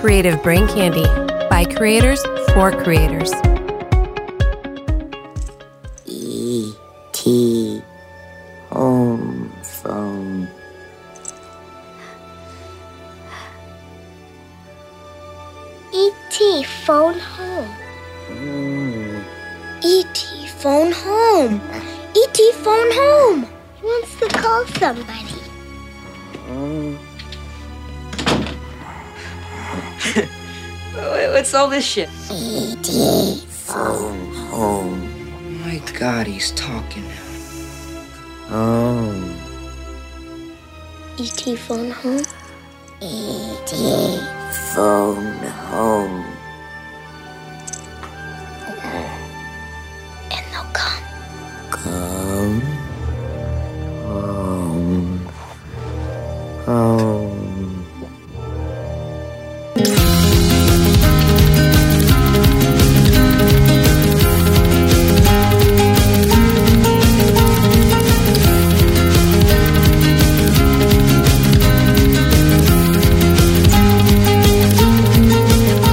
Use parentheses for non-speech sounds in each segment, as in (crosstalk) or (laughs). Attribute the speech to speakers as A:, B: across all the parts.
A: Creative Brain Candy by creators for creators.
B: E.T. Home phone.
C: E.T. E phone home. E.T. phone home. E.T. phone home. He wants to call somebody.
D: (laughs) Wait, What's all this shit?
C: E
B: E.T. phone home.
D: My God, he's talking now.
B: Home.
C: E.T. E phone home. E
B: E.T. phone home.
C: And they'll come.
B: Come home. Home.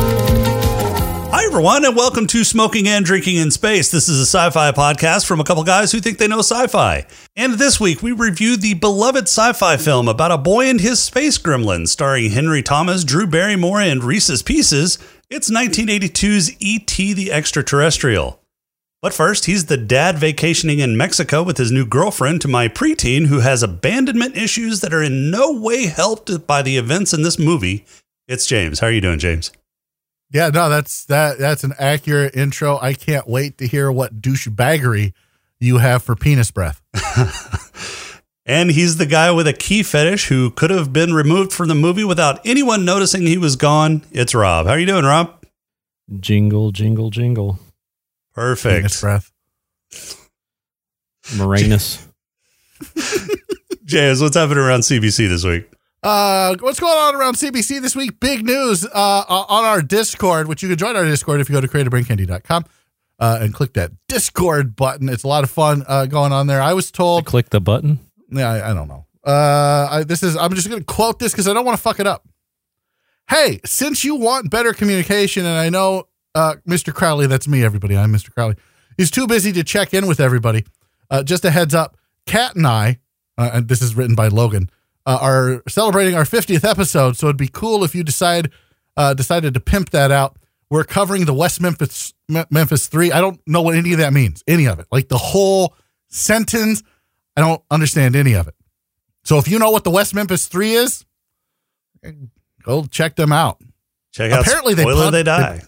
E: Hi, everyone, and welcome to Smoking and Drinking in Space. This is a sci fi podcast from a couple guys who think they know sci fi. And this week, we review the beloved sci fi film about a boy and his space gremlin, starring Henry Thomas, Drew Barrymore, and Reese's Pieces. It's 1982's E.T. the Extraterrestrial. But first, he's the dad vacationing in Mexico with his new girlfriend to my preteen who has abandonment issues that are in no way helped by the events in this movie. It's James. How are you doing, James?
F: Yeah, no, that's that. That's an accurate intro. I can't wait to hear what douchebaggery you have for penis breath.
E: And he's the guy with a key fetish who could have been removed from the movie without anyone noticing he was gone. It's Rob. How you doing, Rob?
G: Jingle, jingle, jingle.
F: Penis
E: Perfect.
F: breath.
G: Moranis.
E: James, what's happening around CBC this week?
F: Uh, what's going on around CBC this week? Big news uh, on our Discord, which you can join our Discord if you go to creativebraincandy.com uh, and click that Discord button. It's a lot of fun uh, going on there. I was told,
G: Click the button.
F: yeah, I, I don't know. Uh, I, this is. I'm just going to quote this because I don't want to fuck it up. Hey, since you want better communication, and I know uh, Mr. Crowley, that's me, everybody. I'm Mr. Crowley. He's too busy to check in with everybody. Uh, just a heads up, Kat and I, uh, and this is written by Logan, uh, are celebrating our 50th episode. So it'd be cool if you decide uh, decided to pimp that out. We're covering the West Memphis Me- Memphis Three. I don't know what any of that means, any of it, like the whole sentence. I don't understand any of it. So if you know what the West Memphis Three is, go check them out.
E: Check out
F: Apparently they
E: Spoiler
F: pub-
E: They Die.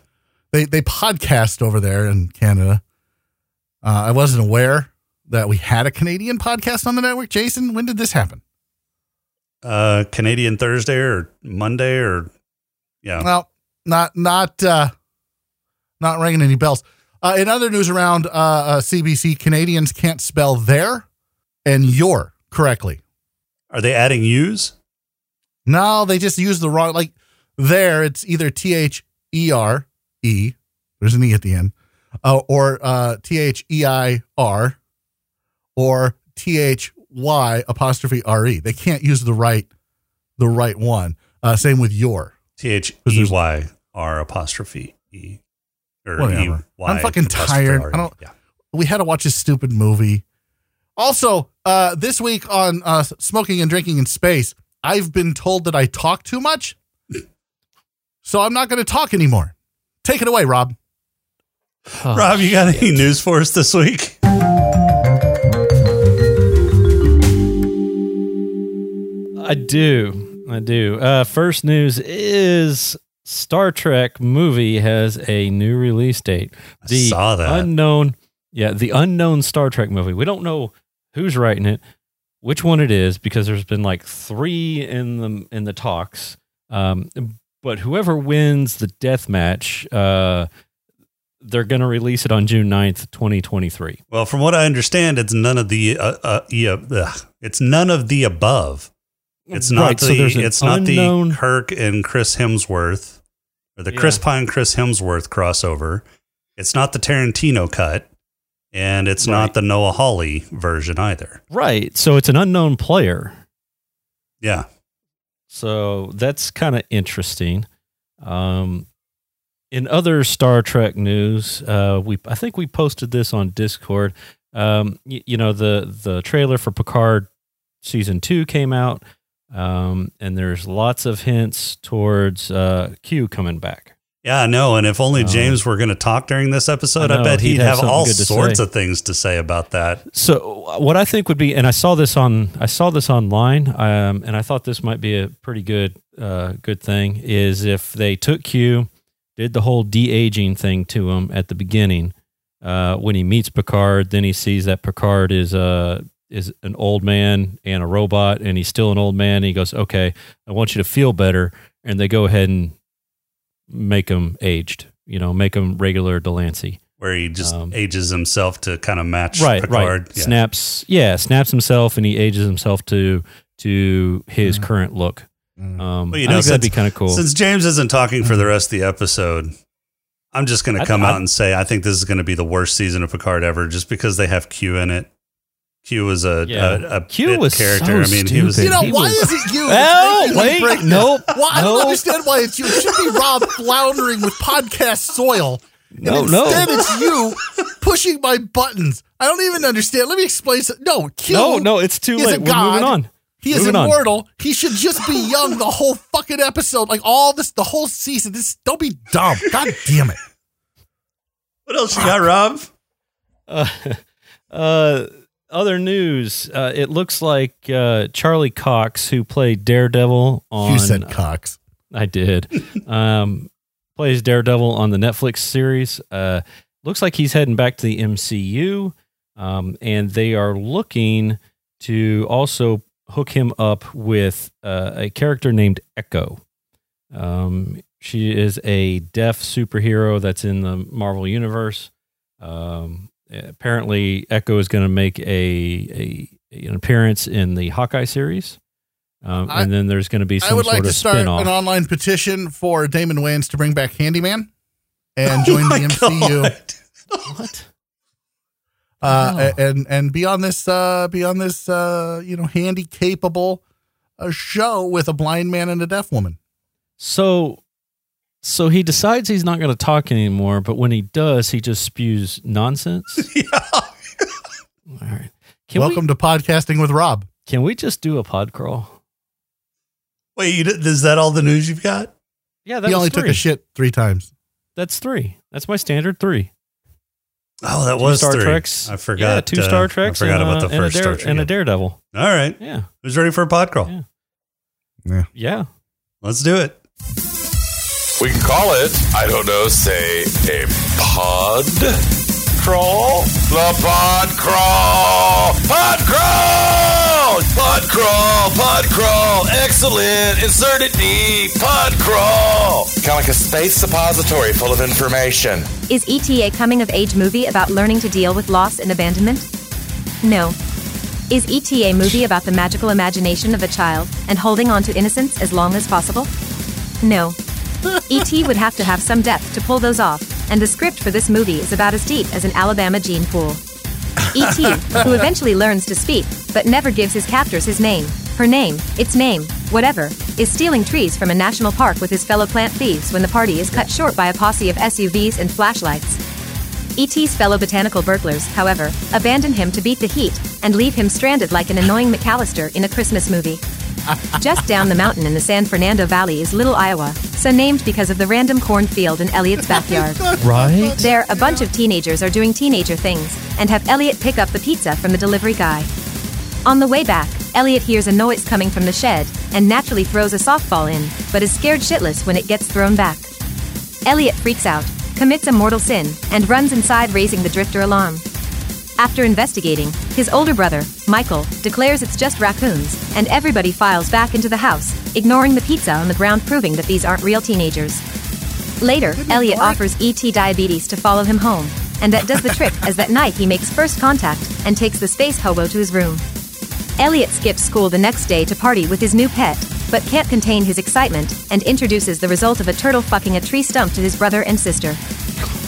F: They they podcast over there in Canada. Uh, I wasn't aware that we had a Canadian podcast on the network. Jason, when did this happen?
E: uh, Canadian Thursday or Monday or yeah.
F: Well, not not uh, not ringing any bells. Uh, in other news around uh, uh, CBC, Canadians can't spell there and your correctly.
E: Are they adding U's?
F: No, they just use the wrong like there. It's either T H E R E. There's an E at the end, uh, or uh, T H E I R, or T H Y apostrophe R E. They can't use the right the right one. Uh, same with your.
E: T H E Y R apostrophe E. Or
F: Whatever.
E: E-Y
F: I'm fucking
E: apostrophe
F: tired.
E: R E.
F: I don't-
E: Yeah.
F: we had to watch this stupid movie. Also, uh, this week on uh, smoking and drinking in space, I've been told that I talk too much, so I'm not going to talk anymore. Take it away, Rob.
G: Oh,
E: Rob, you got any news for us this week?
G: I do. I do. Uh, first news is Star Trek movie has a new release date.
E: I saw that.
G: unknown. Yeah, the unknown Star Trek movie. We don't know who's writing it, which one it is, because there's been like three in the in the talks. Um, but whoever wins the death match, uh, they're going to release it on June 9th, 2023.
E: Well, from what I understand, it's none of the uh, uh, yeah, ugh. it's none of the above. It's not
G: Right, so
E: the
G: there's an
E: it's not
G: unknown-
E: the Kirk and Chris Hemsworth or the Chris
G: Yeah.
E: Pine Chris Hemsworth crossover. It's not the Tarantino cut, and it's not
G: Right.
E: the Noah Hawley version either.
G: Right. So it's an unknown player.
E: Yeah,
G: So that's kind of interesting. Um, in other Star Trek news, uh, we I think we posted this on Discord. Um, y- you know the the trailer for Picard season two came out, um, and there's lots of hints towards uh, Q coming back.
E: Yeah, I know. And if only
G: Um,
E: James were going to talk during this episode, I,
G: know,
E: bet he'd,
G: he'd have
E: have,
G: something
E: all
G: good to
E: sorts
G: say.
E: of things to say about that.
G: So uh, what I think would be, and I saw this on, I saw this online, um, and I thought this might be a pretty good, uh, good thing is if they took Q, did the whole de aging thing to him at the beginning, uh, when he meets Picard, then he sees that Picard is uh, is an old man and a robot, and he's still an old man. And he goes, okay, I want you to feel better, and they go ahead and make him aged, you know, make him regular Delancey
E: Where he just
G: Um,
E: ages himself to kind of match
G: right,
E: Picard.
G: Right.
E: Yeah.
G: Snaps, yeah, snaps himself and he ages himself to to his current look. Um,
E: Well, you
G: I
E: know,
G: think that'd be kind of cool.
E: Since James isn't talking for the rest of the episode, I'm just going to
G: I-
E: come
G: I-
E: out and say I think this is going to be the worst season of Picard ever, just because they have Q in it. Q was a,
G: Yeah.
E: a, a
G: Q
E: bit
G: was
E: character. I
G: so
E: mean, he was.
F: You
G: stupid.
F: know,
G: He
F: why
G: was-
F: is it you?
G: (laughs)
F: that's
G: oh
F: (laughs) making me
G: wait,
F: break this?
G: (laughs) nope,
F: Why, I don't
G: no,
F: understand why it's you. It should be Rob floundering with podcast soil.
G: (laughs) Oh, no,
F: and
G: no,
F: Instead, it's you pushing my buttons. I don't even understand. Let me explain. Some, no, Q.
G: no, no. It's too
F: is a
G: late. We're
F: god.
G: moving on. (laughs)
F: He is
G: Moving on.
F: immortal. He should just be young the whole fucking episode, like all this, the whole season. This don't be dumb. God damn
G: (laughs)
F: it.
E: What else you got, Rob?
G: Uh, uh, other news. Uh, it looks like uh, Charlie Cox, who played Daredevil on uh,
F: you said Cox. (laughs)
G: I did. um, plays Daredevil on the Netflix series. Uh, looks like he's heading back to the MCU, um, and they are looking to also hook him up with uh, a character named Echo. Um, she is a deaf superhero that's in the Marvel universe. Um, apparently, Echo is going to make a, a an appearance in the Hawkeye series. Um,
F: I-
G: and then there's going to be some
F: I would
G: sort
F: like
G: of
F: to start
G: spin-off.
F: an online petition for Damon Wayans to bring back Handyman
G: (laughs)
F: and
E: (laughs)
F: join
E: Oh my
F: the MCU.
E: God.
G: What?
F: Uh,
G: Oh.
F: a- and and be on this uh, be on this uh, you know handy capable uh, show with a blind man and a deaf woman.
G: So, so he decides he's not going to talk anymore, but when he does, he just spews nonsense.
E: (laughs) Yeah.
G: All right. Can
F: Welcome to podcasting with Rob.
G: we can we just do a pod crawl?
E: Wait, you, did- is that all the news you've got?
G: Yeah, that
F: He
G: was
F: only
G: three.
F: took a shit three times.
G: That's three. That's my standard three.
E: Oh, that
G: Two
E: was
G: Star
E: three.
G: Treks.
E: I forgot.
G: Yeah, two
E: uh,
G: Star Treks.
E: I forgot
G: and,
E: about
G: uh,
E: the first
G: and a,
E: Star
G: dare,
E: Trek.
G: and a Daredevil.
E: All right,
G: Yeah,
E: who's ready for a pod crawl?
G: Yeah. yeah.
E: Let's do it.
H: We can call it, I don't know, say a pod crawl? The pod crawl! Pod crawl! Pod crawl! Pod crawl! Excellent! Insert it deep! Pod crawl! Kind of like a space suppository full of information.
A: Is ET a coming of age movie about learning to deal with loss and abandonment? No. Is ET a movie about the magical imagination of a child and holding on to innocence as long as possible? (laughs) No. ET would have to have some depth to pull those off, and the script for this movie is about as deep as an Alabama gene pool. ET, E who eventually learns to speak, but never gives his captors his name, her name, its name, whatever, is stealing trees from a national park with his fellow plant thieves when the party is cut short by a posse of SUVs and flashlights. ET's fellow botanical burglars, however, abandon him to beat the heat and leave him stranded like an annoying McAllister in a Christmas movie. Just down the mountain in the San Fernando Valley is Little Iowa, so named because of the random cornfield in Elliot's backyard.
G: Right.
A: There, a bunch of teenagers are doing teenager things and have Elliot pick up the pizza from the delivery guy. On the way back, Elliot hears a noise coming from the shed and naturally throws a softball in, but is scared shitless when it gets thrown back. Elliot freaks out, commits a mortal sin, and runs inside, raising the drifter alarm. After investigating, his older brother, Michael, declares it's just raccoons, and everybody files back into the house, ignoring the pizza on the ground, proving that these aren't real teenagers. Later, Elliot offers ET diabetes to follow him home, and that does the trick as that night he makes first contact and takes the space hobo to his room. Elliot skips school the next day to party with his new pet, but can't contain his excitement and introduces the result of a turtle fucking a tree stump to his brother and sister.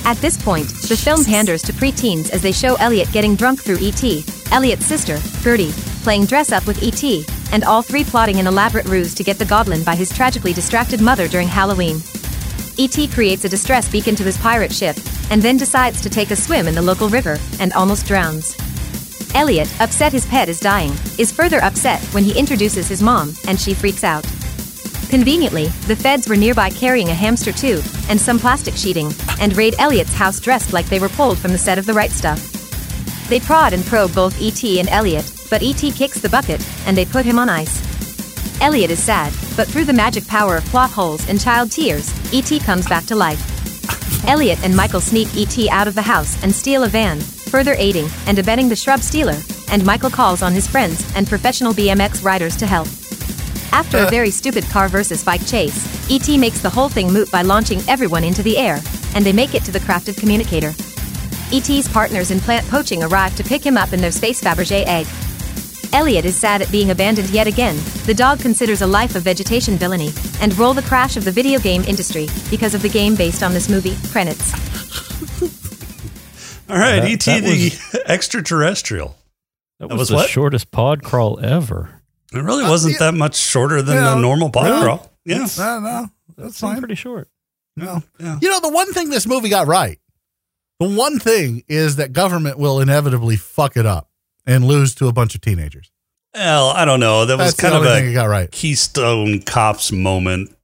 A: At this point, the film panders to preteens as they show Elliot getting drunk through E.T., Elliot's sister, Gertie, playing dress up with E E.T., and all three plotting an elaborate ruse to get the goblin by his tragically distracted mother during Halloween. E.T. creates a distress beacon to his pirate ship and then decides to take a swim in the local river and almost drowns. Elliot, upset his pet is dying, is further upset when he introduces his mom and she freaks out. Conveniently, the feds were nearby carrying a hamster too and some plastic sheeting and raid Elliot's house dressed like they were pulled from the set of The Right Stuff. They prod and probe both E.T. and Elliot, but E.T. kicks the bucket and they put him on ice. Elliot is sad, but through the magic power of plot holes and child tears, E.T. comes back to life. Elliot and Michael sneak E.T. out of the house and steal a van, further aiding and abetting the shrub stealer, and Michael calls on his friends and professional BMX riders to help. After a very stupid car versus bike chase, E.T. makes the whole thing moot by launching everyone into the air, and they make it to the crafted communicator. E.T.'s partners in plant poaching arrive to pick him up in their space Fabergé egg. Elliot is sad at being abandoned yet again. The dog considers a life of vegetation villainy and roll the crash of the video game industry because of the game based on this movie, Credits.
E: All right,
G: That-
E: ET
G: that
E: the (laughs) extraterrestrial.
G: That
E: That
G: was,
E: was
G: the
E: what?
G: shortest pod crawl ever.
E: It really wasn't that much shorter than
F: Uh, yeah,
E: the normal pod
F: yeah.
E: crawl. Yeah.
F: No, no,
G: That
F: that's
G: seemed
F: fine.
G: pretty short.
E: No, yeah.
F: You know, the one thing this movie got right, the one thing is that government will inevitably fuck it up and lose to a bunch of teenagers.
E: Well, I don't know. That was
F: That's
E: kind
F: the
E: of
F: only thing
E: a
F: it got right.
E: Keystone Cops moment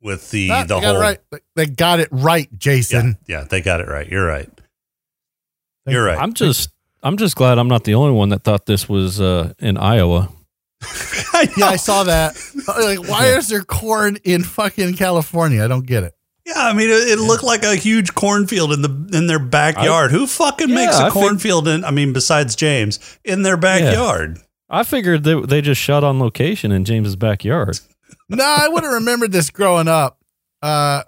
E: with the
F: Ah,
E: E, the
F: they got it
E: whole.
F: right. They- They got it right,
E: Yeah,
F: Jason.
E: yeah, they got it right. You're right.
F: Thank
E: You're right.
G: I'm
E: (laughs)
G: just I'm just glad I'm not the only one that thought this was uh, in Iowa.
F: Yeah, I saw that. (laughs) like, why is there corn in fucking California? I don't get it.
E: Yeah, I mean, it, it looked like a huge cornfield in the in their backyard. Who fucking
G: Yeah,
E: makes
G: I
E: a
G: think-
E: cornfield in? I mean, besides James, in their backyard.
G: I figured they, they just shot on location in James's backyard.
F: No, I would have remembered this growing up, uh,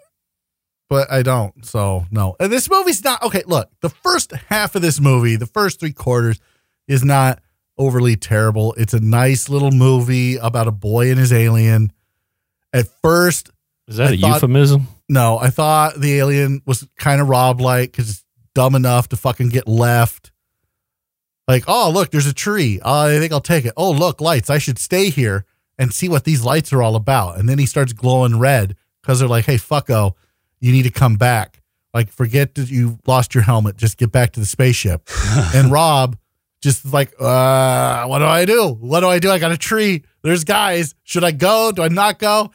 F: but I don't. So no, and this movie's not okay. Look, the first half of this movie, the first three quarters, is not overly terrible. It's a nice little movie about a boy and his alien. At first,
G: Is that
F: I
G: a
F: thought-
G: euphemism?
F: No, I thought the alien was kind of Rob like because it's dumb enough to fucking get left. Like, oh, look, there's a tree. Uh, I think I'll take it. Oh, look, lights. I should stay here and see what these lights are all about. And then he starts glowing red because they're like, hey, fucko, you need to come back. Like, forget that you lost your helmet. Just get back to the spaceship. and Rob just is like, uh, what do I do? What do I do? I got a tree. There's guys. Should I go? Do I not go?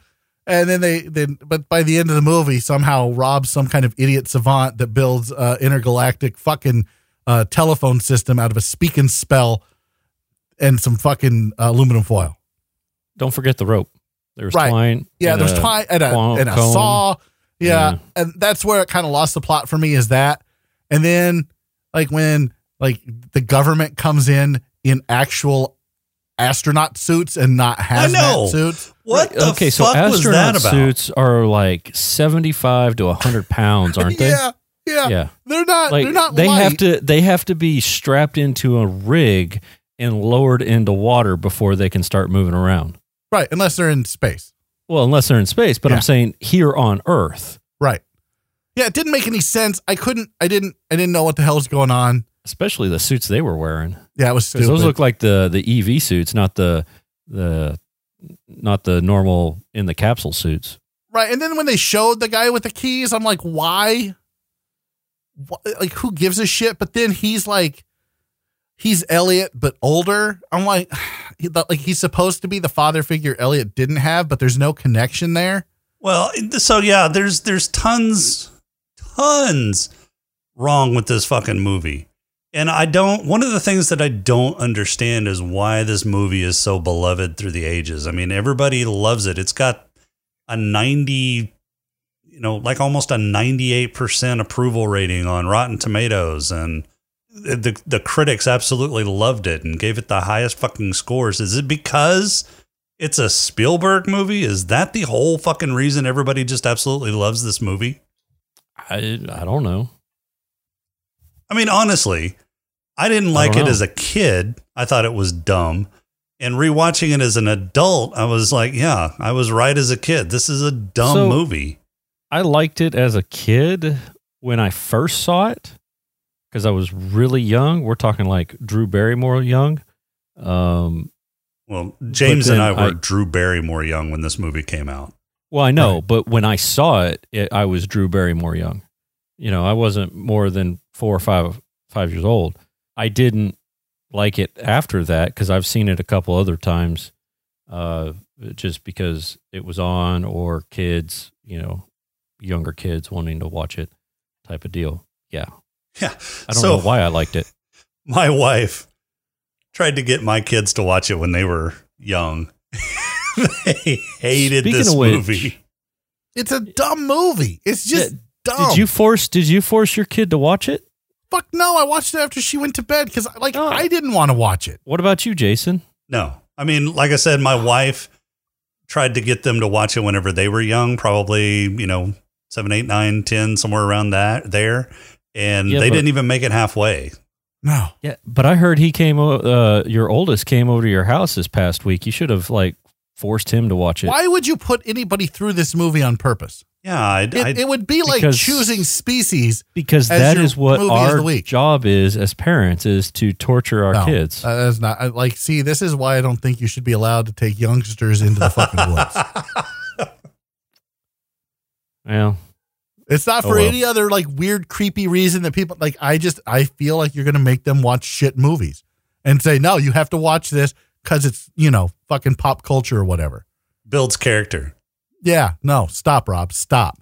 F: And then they then but by the end of the movie, somehow Rob's some kind of idiot savant that builds uh, intergalactic fucking uh, telephone system out of a speak and spell and some fucking uh, aluminum foil.
G: Don't forget the rope. There's
F: Right.
G: twine.
F: Yeah,
G: and uh,
F: there's
G: a-
F: twine and a,
G: clon-
F: and a
G: cone.
F: saw. Yeah,
G: Yeah.
F: and that's where it kind of lost the plot for me is that. And then like when like the government comes in in actual astronaut suits and not hazmat
E: know.
F: suits.
E: What the
G: okay, so
E: fuck was
G: astronaut
E: that about?
G: suits are like 75 to 100 pounds, aren't
F: (laughs)
G: they?
F: Yeah, yeah,
G: Yeah.
F: They're not.
G: Like
F: they're not.
G: they
F: light.
G: have to they have to be strapped into a rig and lowered into water before they can start moving around.
F: right unless they're in space.
G: Well, unless they're in space, but
F: Yeah.
G: I'm saying here on Earth,
F: Right. Yeah, it didn't make any sense. I couldn't. I didn't. I didn't know what the hell's going on.
G: especially the suits they were wearing.
F: Yeah, it was
G: Cuz
F: stupid.
G: those look like the the EV suits, not the the not the normal in the capsule suits.
F: right, and then when they showed the guy with the keys, I'm like, why? Wh- Like, who gives a shit? But then he's like, he's Elliot but older. I'm like, (sighs) he thought- like he's supposed to be the father figure Elliot didn't have, but there's no connection there.
E: Well, so yeah, there's there's tons tons wrong with this fucking movie. And I don't one of the things that I don't understand is why this movie is so beloved through the ages. I mean, everybody loves it. It's got a 90 you know, like almost a 98% approval rating on Rotten Tomatoes and the the critics absolutely loved it and gave it the highest fucking scores. Is it because it's a Spielberg movie? Is that the whole fucking reason everybody just absolutely loves this movie?
G: I I don't know.
E: I mean, honestly, I didn't like
G: don't
E: it
G: know.
E: as a kid. I thought it was dumb. And rewatching it as an adult, I was like, yeah, I was right as a kid. This is a dumb
G: So-
E: movie.
G: I liked it as a kid when I first saw it because I was really young. We're talking like Drew Barrymore young. Um,
E: Well, James and
G: then
E: I were
G: I-
E: Drew Barrymore young when this movie came out. (laughs)
G: Well, I know, but when I saw it, it, I was Drew Barrymore young. You know, I wasn't more than four or five five years old. I didn't like it after that because I've seen it a couple other times, uh, just because it was on or kids, you know, younger kids wanting to watch it, type of deal. Yeah,
E: (laughs) Yeah.
G: I don't
E: so
G: know why I liked it.
E: my wife tried to get my kids to watch it when they were young. (laughs) they hated
G: Speaking
E: this
G: of which,
E: movie.
F: It's a dumb movie. It's just
G: Did-
F: dumb.
E: Oh.
G: Did you force? Did you force your kid to watch it?
F: Fuck no! I watched it after she went to bed because, like,
G: Oh.
F: I didn't want to watch it.
G: What about you, Jason?
E: No. I mean, like I said, my wife tried to get them to watch it whenever they were young, probably, you know, seven, eight, nine, ten, somewhere around that there. And
G: Yeah,
E: they
G: but-
E: didn't even make it halfway.
F: No,
G: Yeah, but I heard he came. o- Uh, your oldest came over to your house this past week. You should have like forced him to watch it.
F: why would you put anybody through this movie on purpose?
E: Yeah, I, I,
F: It, it would be like
G: Because-
F: choosing species.
G: Because
F: As
G: that
F: your
G: is what
F: movie of
G: our
F: the week.
G: job is as parents is to torture our
F: No,
G: kids.
F: uh, that's not I- like. See, this is why I don't think you should be allowed to take youngsters into the
G: (laughs)
F: fucking woods.
G: well,
F: It's not
G: Oh,
F: for
G: well.
F: any other like weird, creepy reason that people like. I just I feel like you're gonna make them watch shit movies and say no, you have to watch this because it's you know fucking pop culture or whatever.
E: builds character.
F: Yeah, no, stop, Rob, stop,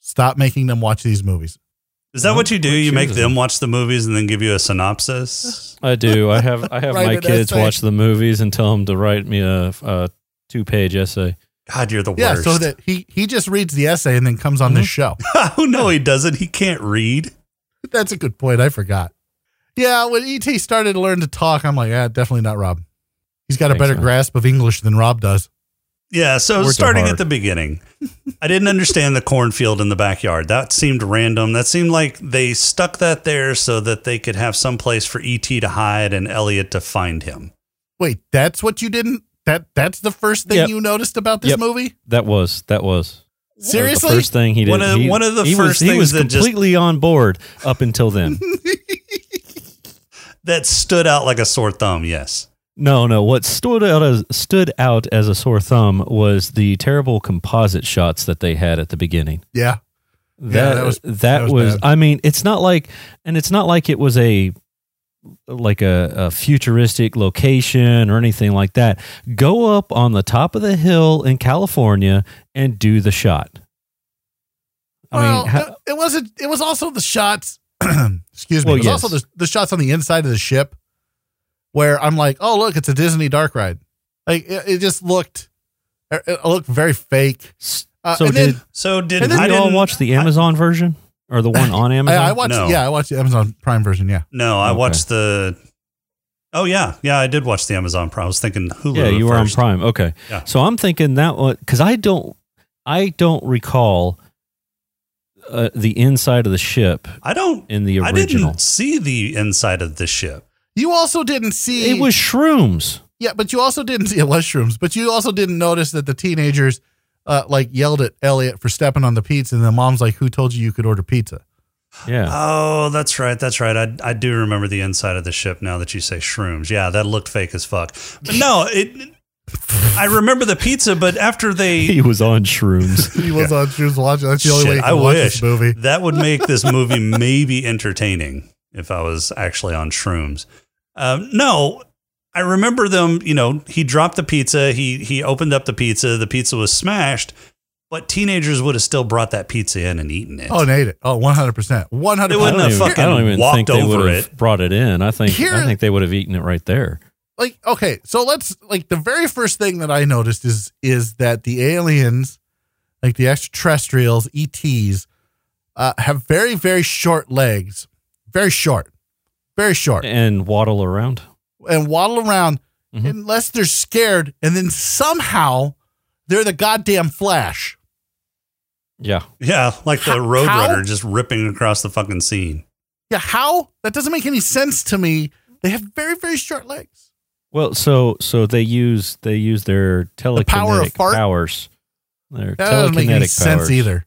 F: stop making them watch these movies.
E: Is that
G: Well,
E: what you do?
G: we're
E: You make
G: choosing.
E: them watch the movies and then give you a synopsis?
G: I do. I have I
F: (laughs)
G: have
F: Write
G: my
F: an
G: kids
F: essay.
G: watch the movies and tell them to write me a, a two page essay.
E: God, you're the
F: Yeah,
E: worst.
F: so that he he just reads the essay and then comes on
G: Mm-hmm.
F: this show.
E: (laughs) oh, no, he doesn't. He can't read.
F: That's a good point. I forgot. Yeah, when ET started to learn to talk, I'm like, ah, definitely not Rob. He's got a
G: Thanks,
F: better
G: man.
F: grasp of English than Rob does.
E: Yeah, so
G: Worked
E: starting at
G: hard.
E: the beginning, I didn't understand the cornfield in the backyard. That seemed random. That seemed like they stuck that there so that they could have some place for ET to hide and Elliot to find him.
F: Wait, that's what you didn't. That that's the first thing
G: Yep.
F: you noticed about this
G: Yep.
F: movie.
G: That was that was that was
F: Seriously,
G: the first thing he did.
E: One of-
G: he,
E: one of the
G: he was,
E: first
G: he
E: things
G: was
E: that just-
G: completely on board up
F: (laughs)
G: until then.
E: That stood out like a sore thumb, yes.
G: no, no. What stood out as stood out as a sore thumb was the terrible composite shots that they had at the beginning.
F: yeah, that
G: that, that
F: was-
G: was
F: that was bad.
G: i mean it's not like and it's not like it was a like a, a futuristic location or anything like that go up on the top of the hill in california and do the shot i
F: well,
G: mean ha-
F: it wasn't. It was also the shots. (clears throat) excuse me.
G: Well,
F: it was
G: yes.
F: also the, the shots on the inside of the ship, where I'm like, oh look, it's a Disney dark ride. Like it, it just looked, it it looked very fake.
G: s-
F: Uh,
G: so
F: and
G: did
F: then
E: So did
F: And then
E: I
G: did you all
E: didn't-
G: watch the
E: I-
G: amazon version or
F: (laughs)
G: the one on
F: I,
G: amazon
F: I watched.
E: No.
F: Yeah, I watched the Amazon Prime version. Yeah,
E: no, I
G: Okay.
E: watched the. Oh yeah, yeah, I did watch the Amazon Prime. I was thinking Hulu.
G: yeah you were on
E: first.
G: prime okay
E: Yeah.
G: so i'm thinking that one because i don't i don't recall uh, the inside of the ship
E: I don't.
G: in the
E: I
G: original
E: didn't see the inside of the ship.
F: you also didn't see.
G: It was shrooms.
F: Yeah, but you also didn't see (laughs) it was shrooms, but you also didn't notice that the teenagers uh, like yelled at Elliot for stepping on the pizza, and the mom's like, "Who told you you could order pizza?"
G: Yeah.
E: Oh, that's right. That's right. I, I do remember the inside of the ship now that you say shrooms. Yeah, that looked fake as fuck. But no, it. I remember the pizza, but after they.
G: he was
F: (laughs)
G: on shrooms.
F: He was on shrooms watching. (laughs) That's the only way
E: Shit,
F: you
E: I
F: can watch
E: wish
F: this movie.
E: that would make this
F: (laughs)
E: movie maybe entertaining if I was actually on shrooms. Um, no, I remember them. You know, he dropped the pizza. He he opened up the pizza. The pizza was smashed, but teenagers would have still brought that pizza in and eaten it.
F: Oh, and ate it. Oh, one hundred percent, one hundred
E: They wouldn't have
F: percent.
E: fucking walked over
G: would have brought it in. I think
F: Here-
G: I think they would have eaten it right there.
F: Like, okay, so let's like the very first thing that I noticed is is that the aliens, like the extraterrestrials, ETs, uh, have very very short legs, very short, very short.
G: And waddle around.
F: and waddle around
G: Mhm.
F: unless they're scared, and then somehow they're the goddamn Flash.
G: Yeah.
E: Yeah, like the
F: How- how?
E: Roadrunner just ripping across the fucking scene.
F: Yeah, how? That doesn't make any sense to me. They have very, very short legs.
G: Well, so so they use they use their telekinetic
F: power of fart?
G: powers.
F: That
G: Their telekinetic
F: doesn't make any
G: powers.
F: sense either.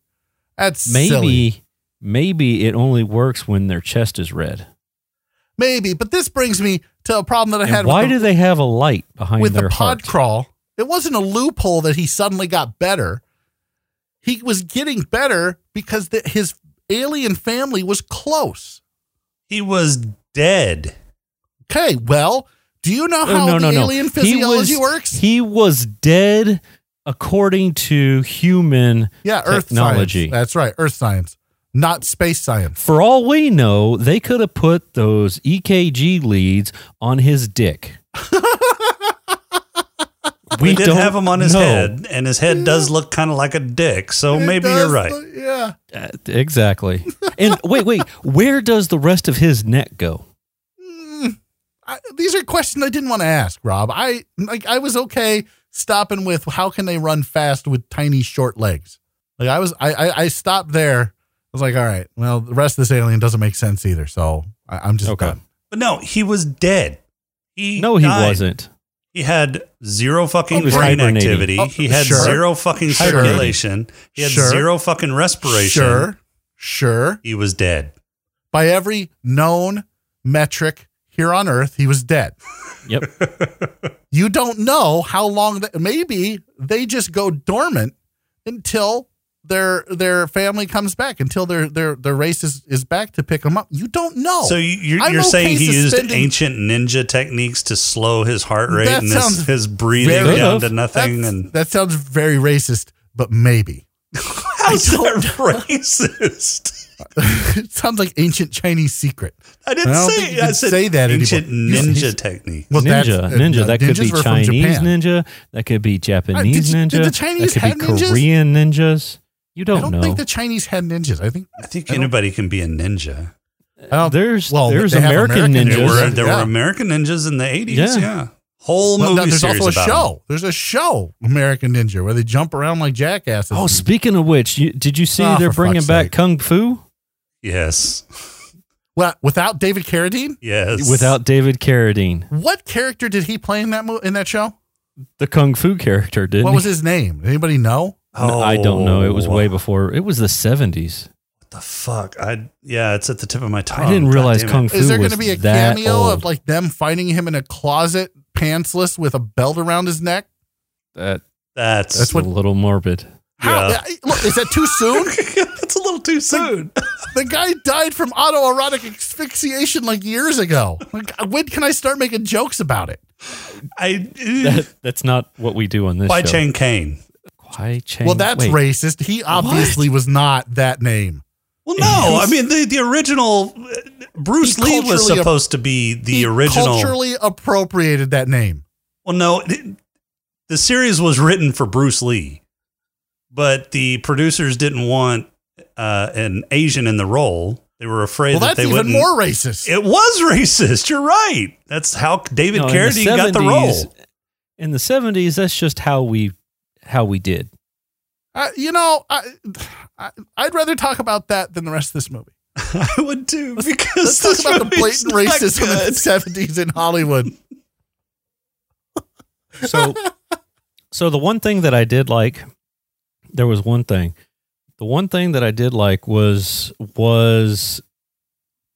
F: That's
G: Maybe
F: silly.
G: maybe it only works when their chest is red.
F: Maybe, but this brings me to a problem that I
G: And
F: had
G: why
F: with
G: do
F: the,
G: they have a light behind
F: with the
G: their
F: pod
G: heart?
F: crawl. It wasn't a loophole that he suddenly got better. he was getting better because the, his alien family was close.
E: He was dead.
F: Okay, well, do you
G: Uh,
F: know how the alien physiology
G: he was,
F: works?
G: He was dead according to human.
F: yeah, Earth
G: technology.
F: science. That's right, Earth science, not space science.
G: For all we know, they could have put those EKG leads on
E: (laughs)
G: his dick.
E: We did have him on his
G: know.
E: head, and his head does look kind of like a dick. So
F: It
E: maybe you're
F: does
E: right.
F: look- yeah.
G: Uh, exactly. And wait, wait, where does the rest of his neck go?
F: I, these are questions I didn't want to ask, Rob. I like I was okay stopping with how can they run fast with tiny short legs. Like I was, I I, I stopped there. I was like, all right, well, the rest of this alien doesn't make sense either. So I, I'm just
G: Okay.
F: done.
E: but no, he was dead. He
G: No, he
E: died.
G: wasn't.
E: He had zero fucking
G: He was
E: brain
G: hibernating.
E: activity.
F: Oh,
E: he had
F: sure.
E: zero fucking
F: Sure.
E: circulation. He had
F: Sure.
E: zero fucking respiration.
F: Sure, sure.
E: He was dead.
F: By every known metric here on Earth, he was dead.
G: Yep.
F: You don't know how long that maybe they just go dormant until their their family comes back until their their their race is, is back to pick them up. You don't know.
E: So you, you're,
F: Oh, I'm
E: you're
F: okay
E: saying he used
F: suspending-
E: ancient ninja techniques to slow his heart rate
F: That
E: and
F: sounds
E: his, his breathing
F: very-
E: down to
G: Could've.
E: nothing?
F: That's- (laughs)
E: And
F: that sounds very racist, but maybe (laughs)
E: (laughs) how's that racist?
F: it sounds like ancient Chinese secret.
E: I didn't
F: I don't think
E: say.
F: you
E: I
F: could
E: said
F: say that
E: ancient
F: anymore. (laughs) You-
E: ninja technique.
F: Well, that's-
G: ninja,
F: uh,
G: ninja.
F: uh,
G: That could be
F: ninjas were from
G: Chinese
F: Japan.
G: ninja. That could be Japanese
F: you-
G: ninja.
F: did the Chinese
G: that
F: have
G: could be
F: ninjas?
G: Korean ninjas. You don't,
F: I don't
G: know.
F: think the Chinese had ninjas. I think
E: I think
F: I don't-
E: anybody can be a ninja.
F: I don't-
G: there's
F: well,
G: there's
F: they have
G: American,
F: American
E: There
G: ninjas.
E: were there
F: Yeah.
E: were American ninjas in the eighties.
G: Yeah.
E: Yeah. whole
F: Well, no,
E: movie
F: there's
E: series
F: also a
E: about
F: show. There's a show, American Ninja, where they jump around like jackasses.
G: Oh,
F: And-
G: speaking of which, you, did you see
F: Oh,
G: they're
F: for
G: bringing
F: fuck's
G: back
F: sake.
G: kung fu
E: them. Yes,
F: well, without David Carradine,
E: yes.
G: without David Carradine,
F: what character did he play in that mo- in that show?
G: the kung fu character? Didn't
F: What was
G: he?
F: his name? Anybody know?
G: No, I don't know. It was
E: Oh,
G: way before. It was the seventies.
E: What the fuck? I yeah, it's at the tip of my tongue.
G: I didn't
E: God
G: realize
E: damn it.
G: kung fu
F: Oh, Is there going to
G: was
F: be a
G: that
F: cameo
G: old.
F: of like them finding him in a closet, pantsless, with a belt around his neck?
G: that?
E: That's
G: That's
F: That's what-
G: a little
F: (laughs)
G: morbid.
F: How?
E: Yeah.
F: I- Look, is that too soon?
E: that's a little too soon. (laughs)
F: the guy died from autoerotic asphyxiation like years ago. Like, uh, when can I start making jokes about it?
E: I
G: (laughs) That, that's not what we do on this
E: by
G: show.
E: Chang Kane.
G: Kwai Chang-
F: well, that's
G: wait,
F: racist. He obviously was not that name.
E: Well, no, I mean the the original uh, Bruce
F: He
E: Lee was
F: culturally ap-
E: supposed to be the
F: He
E: original.
F: culturally appropriated that name.
E: Well, no, it- the series was written for Bruce Lee, but the producers didn't want uh, an Asian in the role. They were afraid
F: Well,
E: that
F: that's
E: they
F: even
E: wouldn't.
F: more
E: (laughs)
F: racist.
E: it was racist. You're right. That's how David
G: no, in
E: Carradine got the role.
G: 70s In the seventies, that's just how we how we did.
F: I, you know, I, I, I'd rather talk about that than the rest of this movie.
E: (laughs) I would too because
F: Let's
E: this
F: talk about the
E: movie's not
F: blatant racism in the
E: good.
F: seventies in Hollywood.
E: (laughs)
G: So, so the one thing that I did like, there was one thing. The one thing that I did like was was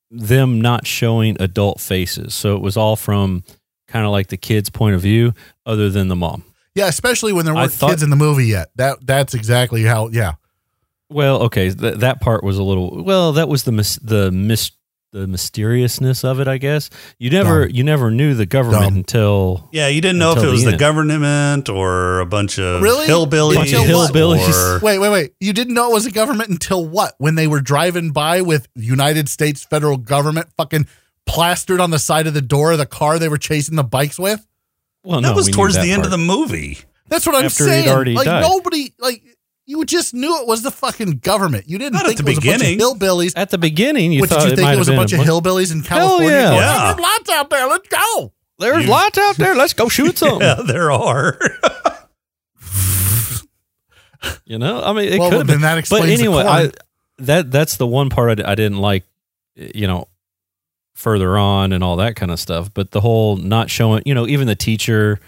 G: them not showing adult faces. So it was all from kind of like the kid's point of view, other than the mom.
F: Yeah, especially when there
G: I
F: weren't
G: thought-
F: kids in the movie yet. That that's exactly how. Yeah,
G: Well, okay, th- that part was a little. Well, that was the mis- the mis- the mysteriousness of it, I guess. You never you never knew the government
F: Dumb.
G: until
E: Yeah, you didn't know if
G: Until
E: it was
G: the
E: the
G: end.
E: government or a bunch of
F: Really?
E: hillbillies.
F: Bunch of
G: hillbillies.
E: or- (laughs)
F: Wait, wait, wait. You didn't know it was a government until what? When they were driving by with United States federal government fucking plastered on the side of the door of the car they were chasing the bikes with?
G: well,
E: that
G: no,
E: was
G: we knew
E: towards
G: that
E: the end of
G: part.
E: the movie.
F: That's what I'm
G: After he'd
F: saying.
G: already
F: like
G: died.
F: nobody like you just knew it was the fucking government. You didn't
E: Not at
F: think
E: the
F: it was
E: beginning.
F: a bunch of hillbillies.
G: At the beginning, you
F: what
G: thought
F: did you
G: it
F: think
G: might
F: it was a
G: have been
F: bunch of hillbillies in
G: Hell
F: California?
G: yeah.
F: going,
E: Yeah.
F: "Hey, there's lots out there. Let's go.
G: There's
E: You-
G: lots out there.
F: (laughs)
G: Let's go shoot some.
E: Yeah, there are. (laughs)
G: You know, I mean, it
F: Well,
G: could have
F: then
G: been
F: that
G: But
F: explains the
G: anyway,
F: corn.
G: I, that that's the one part I, d- I didn't like. You know, further on and all that kind of stuff. But the whole not showing, you know, even the teacher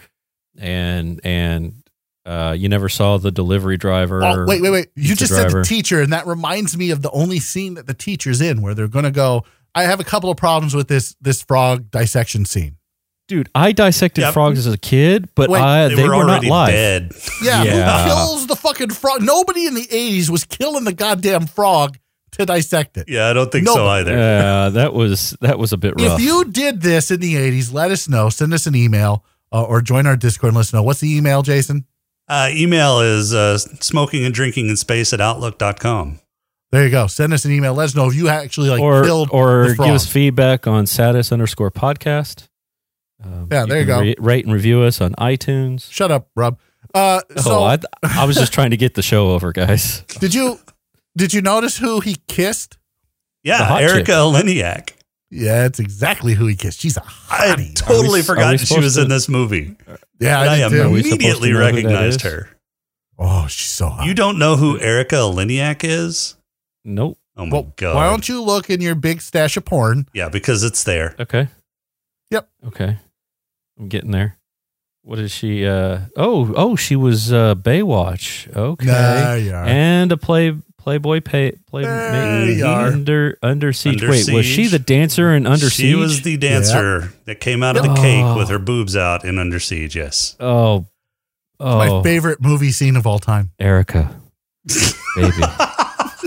G: and and uh, you never saw the delivery driver.
F: Oh, wait, wait, wait. You
G: It's
F: just
G: the
F: said the
G: driver.
F: teacher, and that reminds me of the only scene that the teacher's in where they're going to go, I have a couple of problems with this this frog dissection scene.
G: Dude, I dissected
E: Yep.
G: frogs as a kid, but
F: Wait,
G: I, Uh, they, were, not
E: already
G: live.
E: dead. (laughs)
F: Yeah,
G: Yeah.
F: who kills the fucking frog? Nobody in the 80s was killing the goddamn frog to dissect it.
E: Yeah, I don't think
F: No.
E: so
G: Uh,
E: either.
G: Yeah, that was that was a bit rough.
F: If you did this in the 80s, let us know. Send us an email uh, or join our Discord and let us know. What's the email, Jason?
E: Uh, email is uh, smoking and drinking in space at outlook.com.
F: There you go. Send us an email. Let us know if you actually like
G: or
F: killed
G: or
F: the
G: give
F: frog.
G: us feedback on status underscore podcast. Um,
F: Yeah, there you
G: can
F: go.
G: re- rate and review us on iTunes.
F: Shut up, Rob. Uh, so
G: oh, I, I was just trying to get the show over, guys. (laughs)
F: did you did you notice who he kissed?
G: The
E: Yeah,
G: hot
E: Erica Liniak.
F: Yeah, that's exactly who he kissed. She's a
E: I
F: hottie.
E: totally
G: are
E: forgot
G: we
E: she was
G: supposed
E: in
G: to-
E: this movie.
F: yeah,
E: I,
F: I, did too.
G: we supposed to
E: immediately
G: know who that
E: recognized
G: is?
E: her.
F: Oh, she's so hot.
E: You don't know who Erica Liniak is?
G: Nope.
E: Oh my
F: well,
E: god!
F: why don't you look in your big stash of porn?
E: Yeah, because it's there.
G: Okay.
F: Yep.
G: Okay. I'm getting there. What is she? Uh, oh, oh, she was uh, Baywatch. Okay.
F: Nah, you are.
G: And a play Playboy pay, play
F: There
E: you are.
G: under under siege.
E: Under
G: Wait,
E: Siege.
G: was she the dancer in Under
E: she
G: Siege?
E: was the dancer that came out of the
G: Yep.
E: cake
G: Oh.
E: with her boobs out in Under Siege. Yes.
G: oh, oh,
F: My favorite movie scene of all time. (laughs)
G: Erica, baby,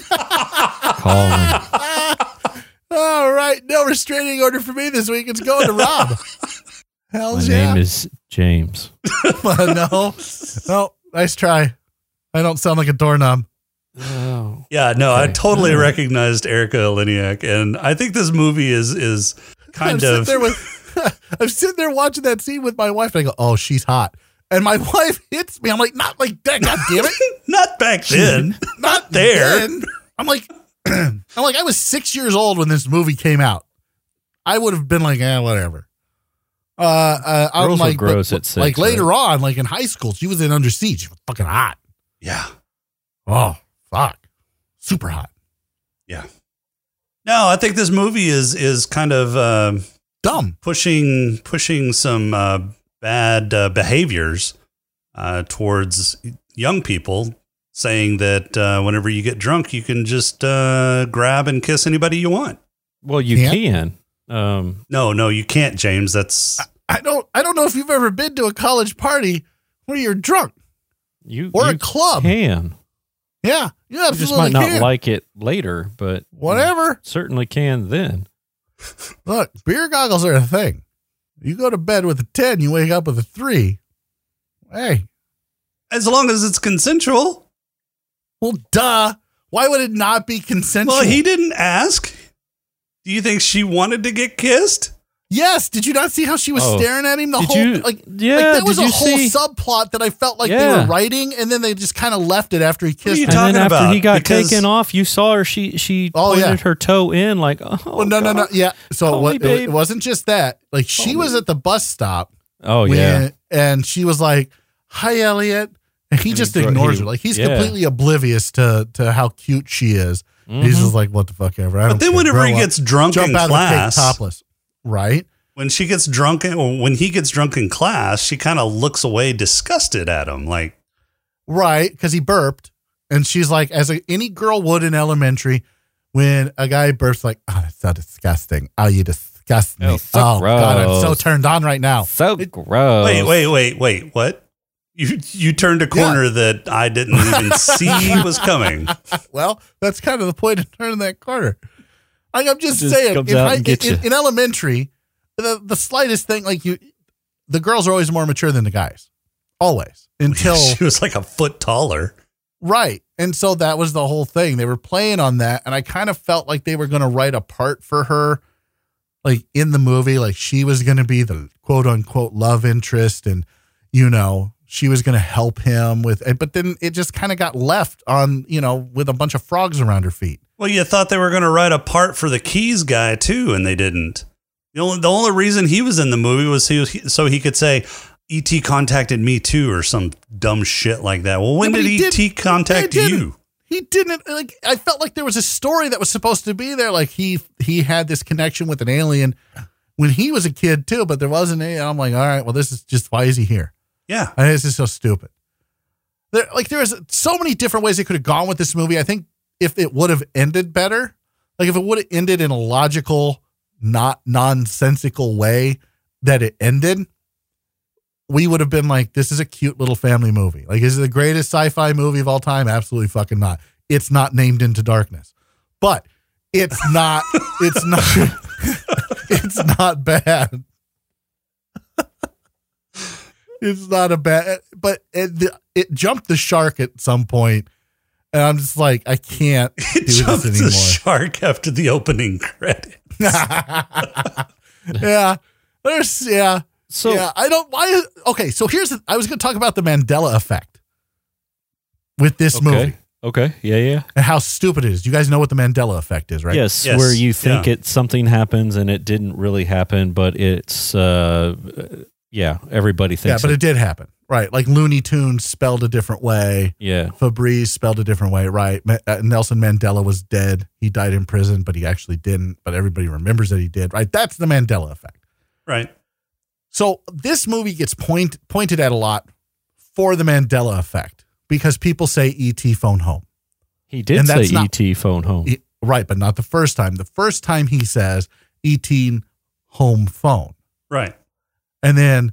G: call me.
F: All right, no restraining order for me this week. It's going to
G: (laughs)
F: Rob. Hell
G: My
F: yeah.
G: name is James.
F: (laughs) no, no, nice try. I don't sound like a doorknob.
G: Oh,
E: Yeah, no, I
G: Okay.
E: totally
G: Alright.
E: recognized Erica Liniak, and I think this movie is is
F: I'm
E: kind
F: sitting
E: of
F: there with, (laughs) I'm sitting there watching that scene with my wife, and I go, "Oh, she's hot." And my (laughs) wife hits me. I'm like, "Not like that, God damn it,
E: not back
G: (laughs)
E: then.
F: not
E: There.
F: then." I'm like, (clears throat) I'm like, I was six years old when this movie came out. I would have been like, "Eh, whatever." Uh, uh I'm
G: Girls were
F: like, but-
G: gross at six,
F: like later on, like in high school, she was in Under Siege. She was fucking hot.
E: yeah.
F: Oh fuck, super hot.
E: No, I think this movie is is kind of um
F: Dumb.
E: pushing pushing some uh, bad uh, behaviors uh, towards young people, saying that uh, whenever you get drunk, you can just uh, grab and kiss anybody you want.
G: well, you
F: Yeah.
G: can. Um,
E: No, no, you can't, James. That's
F: I don't. I don't know if you've ever been to a college party where you're drunk
G: you
F: or a
G: you
F: club.
G: can.
F: Yeah, you
G: You just
F: absolutely
G: might not
F: can.
G: like it later, but you
F: Whatever.
G: certainly can then.
F: Look, beer goggles are a thing. You go to bed with a 10, you wake up with a 3. Hey,
E: as long as it's consensual.
F: well, duh. Why would it not be consensual?
E: Well, he didn't ask. Do you think she wanted to get kissed?
F: yes, did you not see how she was
G: Oh.
F: staring at him the
G: Did
F: whole
G: you-
F: like
G: Yeah,
F: like that was
G: did
F: a
G: you
F: whole
G: see-
F: subplot that I felt like they
G: Yeah.
F: were writing and then they just kind of left it after he kissed
E: you
F: her.
E: talking
G: and then after
E: about?
G: he got
E: Because-
G: taken off, you saw her. She she
F: Oh,
G: pointed
F: yeah.
G: her toe in like. Oh
F: Well, no, no, no.
G: God.
F: Yeah. So
G: Call
F: what,
G: me,
F: it, wa-
G: babe.
F: it wasn't just that. Like she
G: Call
F: was
G: me.
F: at the bus stop
G: Oh yeah.
F: and she was like, "Hi, Elliot," and he
G: And
F: just
G: he gro-
F: ignores
G: he-
F: her. Like he's
G: yeah.
F: completely oblivious to to how cute she is.
G: Mm-hmm.
F: He's just like, "What the fuck ever." I don't
E: But then
F: care.
E: whenever
F: Grow
E: he
F: up.
E: gets drunk
F: jump
E: in
F: out
E: class,
F: of the cake topless, right?
E: when she gets drunk or when he gets drunk in class, she kind of looks away disgusted at him. Like,
F: Right, because he burped, and she's like, as a, any girl would in elementary, when a guy burps, like, "Oh, that's so disgusting. Oh, you disgust me.
G: Oh, so
F: oh God, I'm so
G: gross.
F: turned on right now."
G: So
F: It-
G: gross.
E: wait, wait, wait, wait, what? You you turned a corner that I didn't even
F: (laughs)
E: see was coming. (laughs)
F: Well, that's kind of the point of turning that corner. Like I'm just,
G: Just
F: saying,
G: comes
F: if
G: out
F: I,
G: and gets
F: in,
G: ya.
F: in elementary, the the slightest thing, like you, the girls are always more mature than the guys, always
G: (laughs)
F: until
E: she was like a foot taller.
F: right. And so that was the whole thing. They were playing on that, and I kind of felt like they were going to write a part for her, like in the movie, like she was going to be the quote unquote love interest, and you know she was going to help him with. But then it just kind of got left on, you know, with a bunch of frogs around her feet.
E: Well, you thought they were going to write a part for the keys guy too, and they didn't. The only the only reason he was in the movie was he, so he could say. ET contacted me too, or some dumb shit like that. Well, when
F: Yeah, but he
E: did ET
F: didn't-
E: contact
F: he didn't.
E: you?
F: he didn't like i felt like there was a story that was supposed to be there like he he had this connection with an alien when he was a kid too but there wasn't any i'm like all right well this is just why is he here
E: Yeah,
F: I, this is so stupid there like there's so many different ways they could have gone with this movie i think if it would have ended better like if it would have ended in a logical not nonsensical way that it ended, we would have been like, this is a cute little family movie. Like, is it the greatest sci fi movie of all time? Absolutely fucking not. It's not named Into Darkness, but it's not, it's not, (laughs) it's not bad. it's not a bad, but it, the, it jumped the shark at some point, And I'm just like, I can't do
E: It jumped
F: this
E: the
F: anymore.
E: shark after the opening credit.
F: (laughs) yeah. There's yeah.
G: So
F: yeah, I don't why okay, so here's the, I was going to talk about the Mandela effect with this
G: okay,
F: movie
G: okay, yeah, yeah,
F: and how stupid it is. You guys know what the Mandela effect is, right?
G: Yes,
E: Yes,
G: where you think
E: yeah.
G: it something happens and it didn't really happen, but it's uh, yeah, everybody
F: Yeah,
G: thinks.
F: but
G: it,
F: it did happen. Right. Like Looney Tunes spelled a different way.
G: yeah,
F: Febreze spelled a different way, right? Ma- uh, Nelson Mandela was dead. He died in prison, but he actually didn't, but everybody remembers that he did, right? That's the Mandela effect.
E: Right.
F: So this movie gets point, pointed at a lot for the Mandela effect because people say ET phone home.
G: he did
F: And
G: say
F: that's not-
G: ET phone home.
F: E- right, but not the first time. The first time he says ET home phone.
E: Right.
F: And then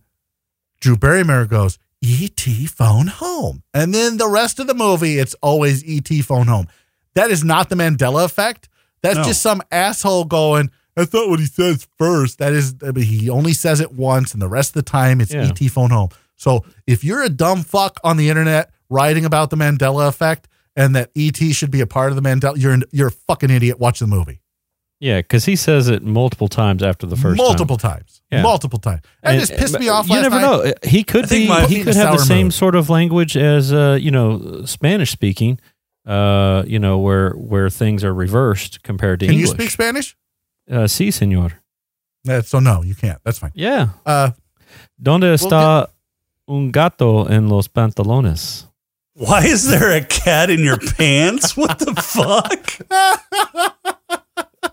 F: Drew Barrymore goes, ET phone home. And then the rest of the movie, it's always ET phone home. That is not the Mandela effect. That's
E: No.
F: just some asshole going, that's not what he says first. That is, I mean, he only says it once, and the rest of the time it's
G: Yeah.
F: ET phone home. So if you're a dumb fuck on the internet writing about the Mandela effect and that ET should be a part of the Mandela, you're, an, you're a fucking idiot. Watch the movie.
G: Yeah, because he says it multiple times after the first time.
F: multiple times.
G: Yeah.
F: Multiple times. That
G: And- uh,
F: just pissed me off
G: You
F: last
G: never
F: night.
G: know. He could
E: I think
G: be.
E: my-
G: he
F: Put me
G: could
F: in a
G: have the
F: sour
G: same
F: mood.
G: sort of language as uh, you know Spanish speaking. Uh, you know where where things are reversed compared to
F: Can
G: English.
F: you speak Spanish?
G: uh, si, senor.
F: Uh, so no, you can't. That's fine.
G: Yeah.
F: Uh,
G: Donde está un gato en los pantalones?
E: Why is there a cat in your pants? (laughs) What the fuck?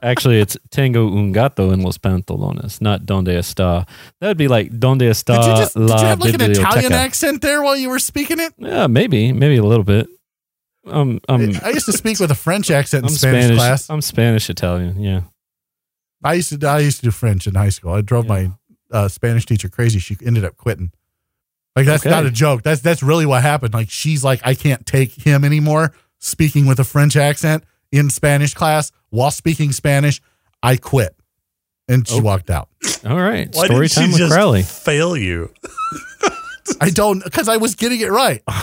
G: Actually, it's tengo un gato en los pantalones, not donde está. That would be like donde
F: did
G: está
F: you just did you
G: la
F: have like an Italian
G: biblioteca.
F: accent there while you were speaking it?
G: Yeah, maybe, maybe a little bit. Um, I'm,
F: I used to speak with a French accent
G: I'm
F: in Spanish,
G: Spanish.
F: class.
G: I'm Spanish Italian. Yeah.
F: I used to I used to do French in high school. I drove
G: Yeah.
F: my uh, Spanish teacher crazy. She ended up quitting. Like that's
G: Okay.
F: not a joke. That's that's really what happened. Like she's like I can't take him anymore speaking with a French accent in Spanish class while speaking Spanish. I quit. And she
G: Oh.
F: walked out.
G: All right.
E: Why
G: Story
E: did she
G: time with
E: just
G: Crowley.
E: fail you?
F: I don't because I was getting it right. (laughs) like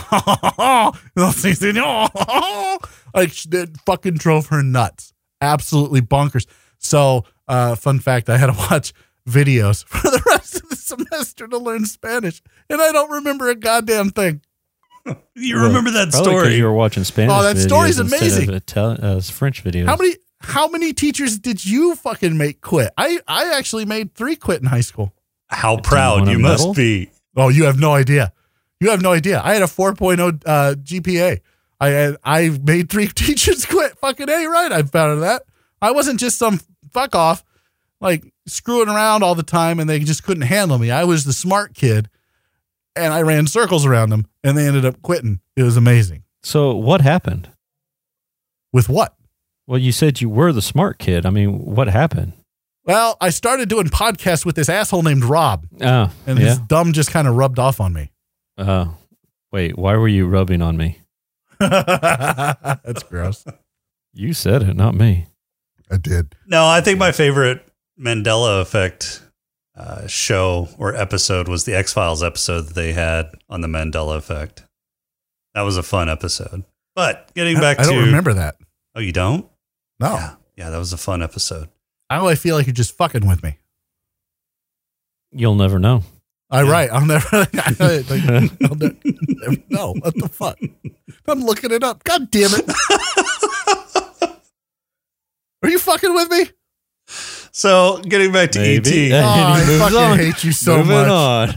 F: sh- that fucking drove her nuts. Absolutely bonkers. So, uh, fun fact: I had to (laughs) watch videos (laughs) for the rest of the semester to learn Spanish, and I don't remember a goddamn thing.
E: You remember that
G: Probably 'cause
E: story?
G: You were watching Spanish.
F: Oh, that
G: videos
F: story's
G: instead of
F: amazing.
G: Itali- uh, French videos.
F: How many? How many teachers did you fucking make quit? I I actually made three quit in high school.
E: How
G: you
E: proud
G: want a
E: you must
G: medal?
E: be.
F: Oh, you have no idea. You have no idea. I had a 4.0 uh, GPA. I had, I made three (laughs) teachers quit. Fucking A, right. I found that. I wasn't just some fuck off, like screwing around all the time and they just couldn't handle me. I was the smart kid and I ran circles around them and they ended up quitting. It was amazing.
G: So what happened?
F: With what?
G: Well, you said you were the smart kid. I mean, what happened?
F: Well, I started doing podcasts with this asshole named Rob
G: Oh,
F: and
G: yeah.
F: his dumb just kind of rubbed off on me.
G: Uh, wait, why were you rubbing on me?
F: That's gross.
G: You said it, not me.
F: (laughs) I did.
E: No, I think my favorite Mandela effect uh, show or episode was the X Files episode that they had on the Mandela effect. That was a fun episode. But getting back
F: I
E: to
F: don't remember that.
E: oh, you don't?
F: No.
E: Yeah, yeah, that was a fun episode.
F: Now I feel like you're just fucking with me.
G: You'll never know.
F: I
E: Yeah.
F: Oh, right. I'll never. (laughs) like,
G: (laughs)
F: I'll ne- never know. What the fuck? I'm looking it up. God damn it!
G: (laughs)
F: Are you fucking with me?
E: So getting back to E
G: Maybe.
E: ET,
F: Oh, I
G: moves
F: fucking
G: on.
F: hate you so
G: Moving
F: much.
G: (laughs) on.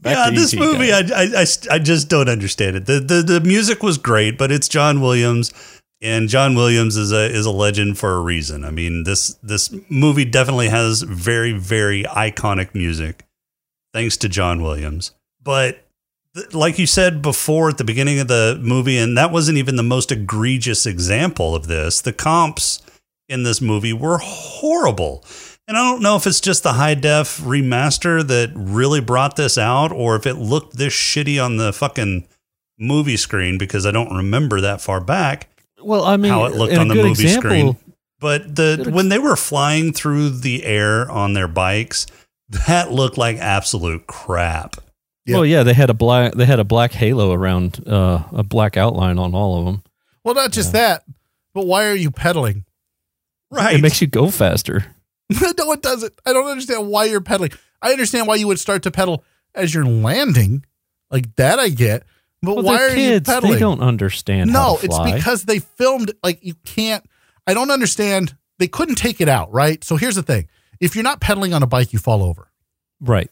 G: Back
E: yeah,
G: to
E: this
F: E
G: E.T.,
E: movie, I,
G: guys.
E: I, I st- I just don't understand it. The, the The music was great, but it's John Williams, and John Williams is a is a legend for a reason. I mean this this movie definitely has very very iconic music, thanks to John Williams. But th- like you said before at the beginning of the movie, and that wasn't even the most egregious example of this. The comps in this movie were horrible. And I don't know if it's just the high def remaster that really brought this out or if it looked this shitty on the fucking movie screen because I don't remember that far back
G: Well, I mean,
E: how it looked
G: and a
E: on the
G: good
E: movie
G: example-
E: screen. But the
G: Good
E: when they were flying through the air on their bikes, that looked like absolute crap.
F: Yeah.
G: Well, yeah, they had a black they had a black halo around uh, a black outline on all of them.
F: Well, not just that, but why are you pedaling? (laughs)
E: Right.
G: It makes you go faster.
F: no, it doesn't. I don't understand why you're pedaling. I understand why you would start to pedal as you're landing, like that. I get, but
G: Well,
F: why
G: they're
F: are
G: kids.
F: you pedaling?
G: They don't understand. how
F: no,
G: to
F: it's
G: fly.
F: because they filmed like you can't. I don't understand. They couldn't take it out, right? So here's the thing: if you're not pedaling on a bike, you fall over,
G: right.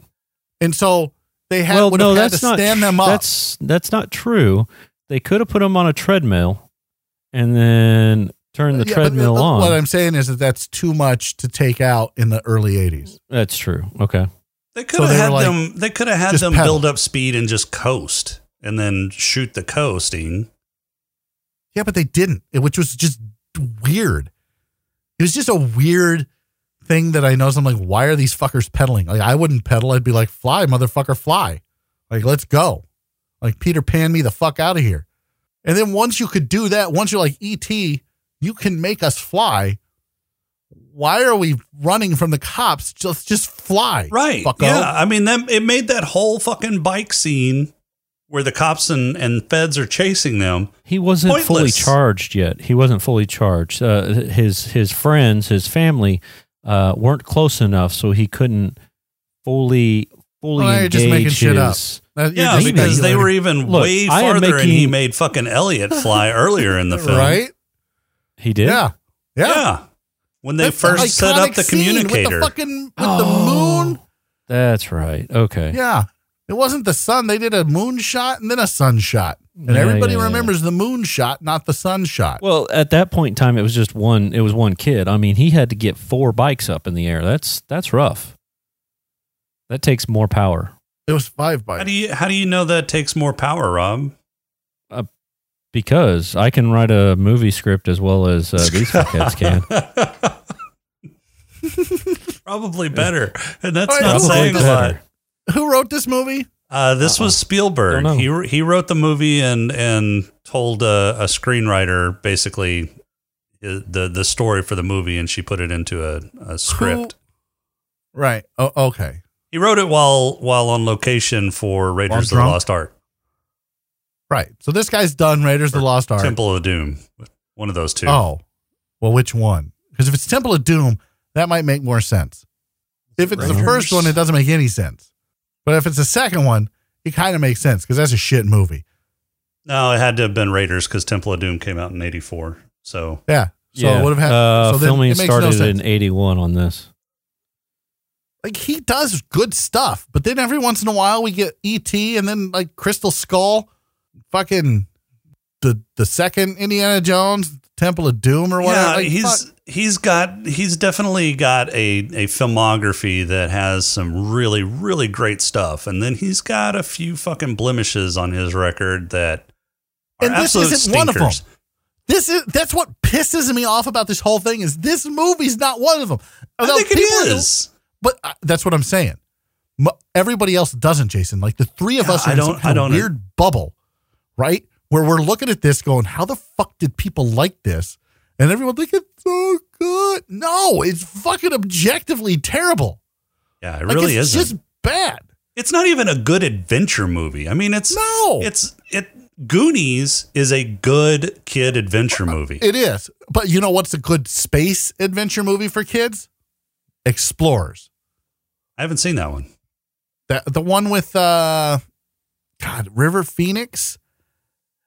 F: and so they had
G: well,
F: would
G: no,
F: have had
G: that's
F: to
G: not
F: stand
G: tr-
F: them up.
G: That's that's not true. They could have put them on a treadmill and then turn the
F: Yeah, but
G: treadmill
F: th-
G: on.
F: What I'm saying is that that's too much to take out in the early '80s.
G: that's true. Okay.
E: They could
F: So
E: have
F: they
E: had
F: were like,
E: them. They could have had
F: just
E: them
F: pedal.
E: build up speed and just coast, and then shoot the coasting.
F: Yeah, but they didn't, it- which was just weird. It was just a weird thing that I noticed. I'm like, why are these fuckers pedaling? Like, I wouldn't pedal. I'd be like, fly, motherfucker, fly. Like, let's go. Like, Peter Pan me the fuck out of here. And then once you could do that, once you're like, E.T., you can make us fly. Why are we running from the cops? Just just fly.
E: Right.
F: Fucko.
E: yeah. I mean, that it made that whole fucking bike scene where the cops and, and feds are chasing them.
G: He wasn't fully
E: Pointless.
G: charged yet. He wasn't fully charged. Uh, his his friends, his family, uh, weren't close enough, so he couldn't fully fully
F: Well, you're
G: engage
F: just making
G: his.
F: shit up. That- you're
E: Yeah,
F: just
E: because they
F: speculating.
E: were even
G: Look,
E: way
G: I am
E: farther, and he
G: making-
E: made fucking Elliot fly earlier in the film.
F: right.
G: He did.
F: Yeah.
E: Yeah.
F: Yeah.
E: When they
F: That's
E: first
F: an
E: set up
F: iconic
E: the
F: scene
E: communicator,
F: with the fucking with
G: Oh,
F: the moon.
G: That's right. Okay.
F: Yeah, it wasn't the sun. They did a moon shot and then a sun shot, and
G: Yeah,
F: everybody
G: yeah, yeah.
F: remembers the moon shot, not the sun shot.
G: Well, at that point in time, it was just one. It was one kid. I mean, he had to get four bikes up in the air. That's that's rough. That takes more power
F: it was five
E: how
F: by.
E: do you how do you know that takes more power, Rob?
G: because I can write a movie script as well as uh, these
F: (laughs)
G: fuckheads can.
E: Probably better, and that's
F: Oh, yeah,
E: not
F: probably
E: saying a lot.
F: Who wrote this movie?
E: Uh, this was Spielberg.
G: Don't know.
E: He wr- he wrote the movie and and told a, a screenwriter basically uh, the the story for the movie, and she put it into a, a script.
F: Who- Right. Oh, okay.
E: He wrote it while while on location for Raiders of the
F: drunk?
E: Lost Ark,
F: Right. So this guy's done Raiders of the Lost Ark.
E: Temple of Doom, one of those two.
F: Oh, well, which one? Because if it's Temple of Doom, that might make more sense. If it's the
E: Raiders?
F: first one, it doesn't make any sense. But if it's the second one, it kind of makes sense because that's a shit movie.
E: No, it had to have been Raiders because Temple of Doom came out in '84. So
F: Yeah. So
G: yeah.
F: it would have had
G: Uh,
F: so then
G: filming
F: it makes no
G: started
F: sense.
G: in '81 on this.
F: like he does good stuff, but then every once in a while we get ET and then like Crystal Skull, fucking the the second Indiana Jones, Temple of Doom or whatever.
E: yeah,
F: Like,
E: he's
F: fuck.
E: he's got he's definitely got a a filmography that has some really really great stuff, and then he's got a few fucking blemishes on his record that are
F: and this
E: absolute
F: isn't
E: stinkers.
F: one of them. This is that's what pisses me off about this whole thing is this movie's not one of them.
E: I
F: Although
E: think it
F: people-
E: is.
F: but uh, that's what I'm saying. M- Everybody else doesn't, Jason. Like the three of
E: Yeah,
F: us are
E: I
F: in
E: don't-
F: some kind
E: I
F: of
E: don't-
F: weird bubble, right? Where we're looking at this, going, "How the fuck did people like this?" And everyone's like, "It's so good." No, it's fucking objectively terrible.
E: Yeah, it
F: Like,
E: really
F: it's
E: isn't.
F: Just bad.
E: it's not even a good adventure movie. I mean, it's
F: No,
E: it's it. Goonies is a good kid adventure movie.
F: it is. But you know what's a good space adventure movie for kids? Explorers.
E: I haven't seen that one.
F: That the one with uh, God River Phoenix.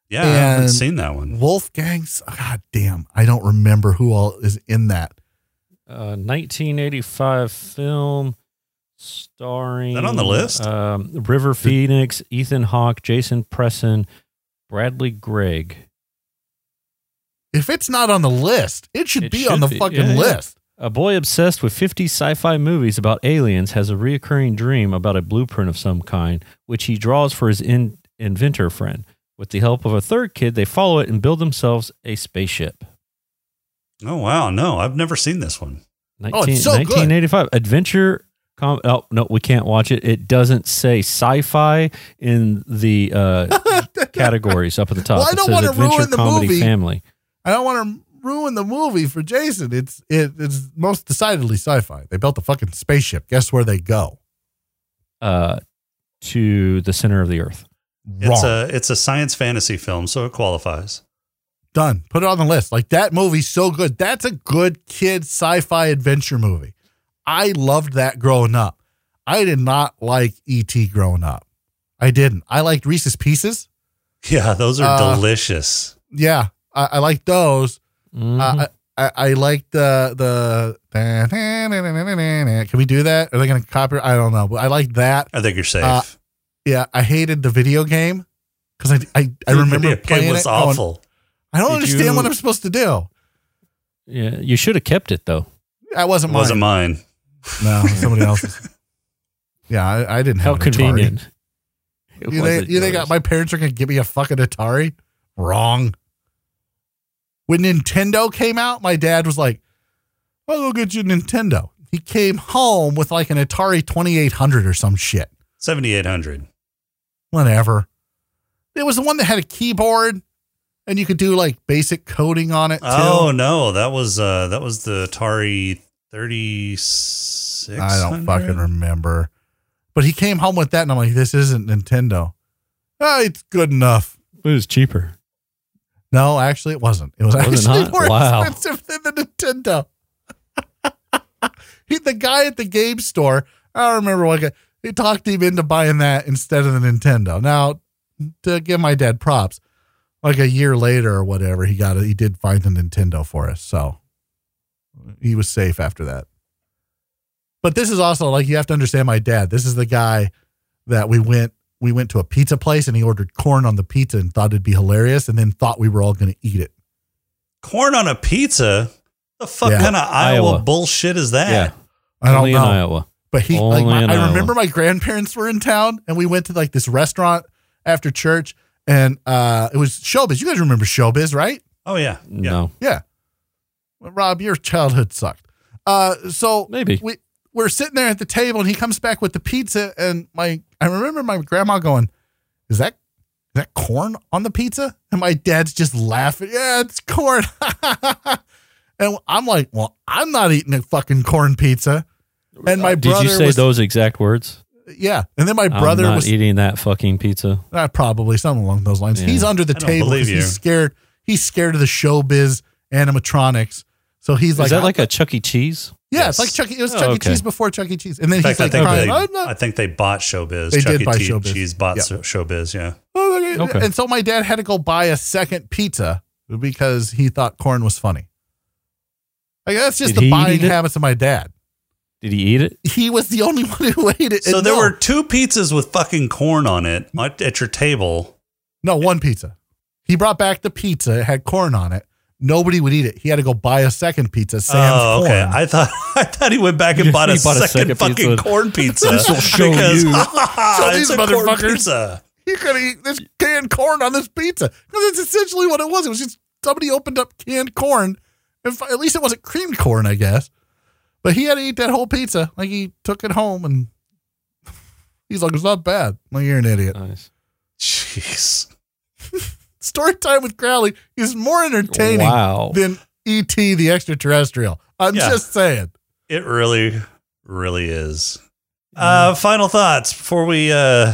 E: Yeah, I haven't
F: And-
E: seen that one.
F: Wolfgang's. God damn, I don't remember who all is in that.
G: Uh, 1985 film starring
E: Is that on the list?
G: Um, River Phoenix, Ethan Hawke, Jason Presson, Bradley Gregg.
F: If it's not on the list, it should
G: It
F: be
G: should
F: on the
G: be.
F: fucking
G: Yeah, yeah.
F: list.
G: A boy obsessed with 50 sci fi movies about aliens has a reoccurring dream about a blueprint of some kind, which he draws for his in- inventor friend. With the help of a third kid, they follow it and build themselves a spaceship.
E: Oh wow, no, I've never seen this one.
F: Oh, it's so good.
G: 1985 adventure. Com- oh no, we can't watch it. It doesn't say sci-fi in the
F: (laughs)
G: uh, categories up at the top.
F: Well, I
G: It
F: don't
G: says
F: wanna
G: adventure
F: ruin the
G: comedy
F: movie.
G: family.
F: I don't want to ruin the movie for Jason. It's it, it's most decidedly sci-fi. They built a fucking spaceship. Guess where they go?
G: Uh, to the center of the earth.
F: Wrong.
E: It's a it's a science fantasy film, so it qualifies.
F: Done. Put it on the list. Like that movie's so good. That's a good kid sci-fi adventure movie. I loved that growing up. I did not like E.T. growing up. I didn't. I liked Reese's Pieces.
E: Yeah, (laughs) those are
F: Uh,
E: delicious.
F: Yeah, I, I liked those.
G: Mhm.
F: Uh, I, I, I like the the. Can we do that? Are they going to copy? I don't know, but I like that.
E: I think you're safe.
F: uh, Yeah, I hated the video game because I, I I
E: The
F: remember
E: video game
F: playing
E: was
F: it. going,
E: awful.
F: I don't
G: Did
F: understand
G: you-
F: what I'm supposed to do.
G: yeah, you should have kept it though.
F: That
E: It
F: wasn't mine.
E: wasn't mine. (laughs)
F: No, it was somebody else's. Yeah, I, I didn't have an
G: How
F: Atari.
G: convenient. It
F: You think,
G: wasn't
F: you think
G: yours.
F: my parents are going to give me a fucking Atari? Wrong. When Nintendo came out, my dad was like, I'll go get you a Nintendo. He came home with like an Atari 2800 or some shit.
E: 7800.
F: Whatever. It was the one that had a keyboard and you could do like basic coding on it too.
E: Oh no, that was uh that was the Atari 36.
F: I don't fucking remember. But he came home with that and I'm like, this isn't Nintendo. Oh, it's good enough.
G: It was cheaper.
F: No, actually, it wasn't. It was
G: Was it
F: actually
G: not?
F: more
G: Wow.
F: expensive than the Nintendo. (laughs) he, the guy at the game store, I don't remember what guy, he talked him into buying that instead of the Nintendo. Now, to give my dad props, like a year later or whatever, he got it. He did find the Nintendo for us, so he was safe after that. But this is also like you have to understand my dad. This is the guy that we went we went to a pizza place and he ordered corn on the pizza and thought it'd be hilarious and then thought we were all going to eat it.
E: Corn on a pizza? The fuck
F: Yeah.
E: kind of Iowa,
G: Iowa.
E: bullshit is that?
G: Yeah,
F: I don't
G: only
F: know.
G: in Iowa.
F: But he, like,
G: Only
F: my,
G: in
F: I
G: Iowa.
F: remember my grandparents were in town and we went to like this restaurant after church and uh, it was Showbiz. You guys remember Showbiz, right?
E: Oh yeah. Yeah.
G: No,
F: Yeah. Well, Rob, your childhood sucked. Uh, so
G: Maybe.
F: we we're sitting there at the table, and he comes back with the pizza, and my I remember my grandma going, "Is that is that corn on the pizza?" And my dad's just laughing. Yeah, it's corn. (laughs) and I'm like, "Well, I'm not eating a fucking corn pizza." And my
G: Uh, did
F: brother
G: you say
F: was,
G: those exact words?
F: Yeah, and then my brother
G: I'm not
F: was
G: eating that fucking pizza.
F: uh, probably something along those lines.
G: Yeah.
F: He's under the
E: I don't
F: table
E: believe
F: because
E: you.
F: he's scared. He's scared of the showbiz animatronics. So he's like,
G: Is that like a Chuck E. Cheese?
F: yeah,
E: Yes.
F: it's like Chuck. E- It was
G: Oh,
F: Chuck E.
G: okay.
F: Cheese before Chuck E. Cheese, and then
E: In
F: he's
E: fact, I
F: like
E: think
F: crying.
E: they
F: "I'm not-
E: I think they bought Showbiz.
F: They
E: Chuck
F: did
E: E.
F: buy
E: T-
F: Showbiz.
E: Cheese bought
F: Yeah.
E: so- Showbiz, yeah.
F: Oh, okay.
G: Okay.
F: And so my dad had to go buy a second pizza because he thought corn was funny. Like that's just
G: Did
F: the
G: he
F: buying
G: eat it?
F: habits of my dad.
G: Did he eat it?
F: He was the only (laughs) one who ate it.
E: So
F: And
E: there
F: no-
E: were two pizzas with fucking corn on it at, at your table.
F: no one pizza. He brought back the pizza. It had corn on it. Nobody would eat it. He had to go buy a second pizza. Sam's
E: oh, okay.
F: corn.
E: I thought (laughs) I thought he went back and
G: Yeah,
E: bought, a,
G: he bought a
E: second
G: second
E: fucking
G: pizza.
E: corn pizza.
G: This will show
E: because, (laughs)
G: you.
F: Show
E: it's
F: these
E: a corn
F: motherfuckers.
E: pizza.
F: you could eat this canned corn on this pizza because that's essentially what it was. It was just somebody opened up canned corn, and fi- at least it wasn't creamed corn, I guess. But he had to eat that whole pizza. Like he took it home, and (laughs) he's like, "It's not bad." I'm like you're an idiot.
G: Nice.
E: Jeez.
F: Story time with Crowley is more entertaining
G: Wow.
F: than E.T. the extraterrestrial. I'm
E: Yeah.
F: just saying.
E: It really, really is. Uh, final thoughts before we uh,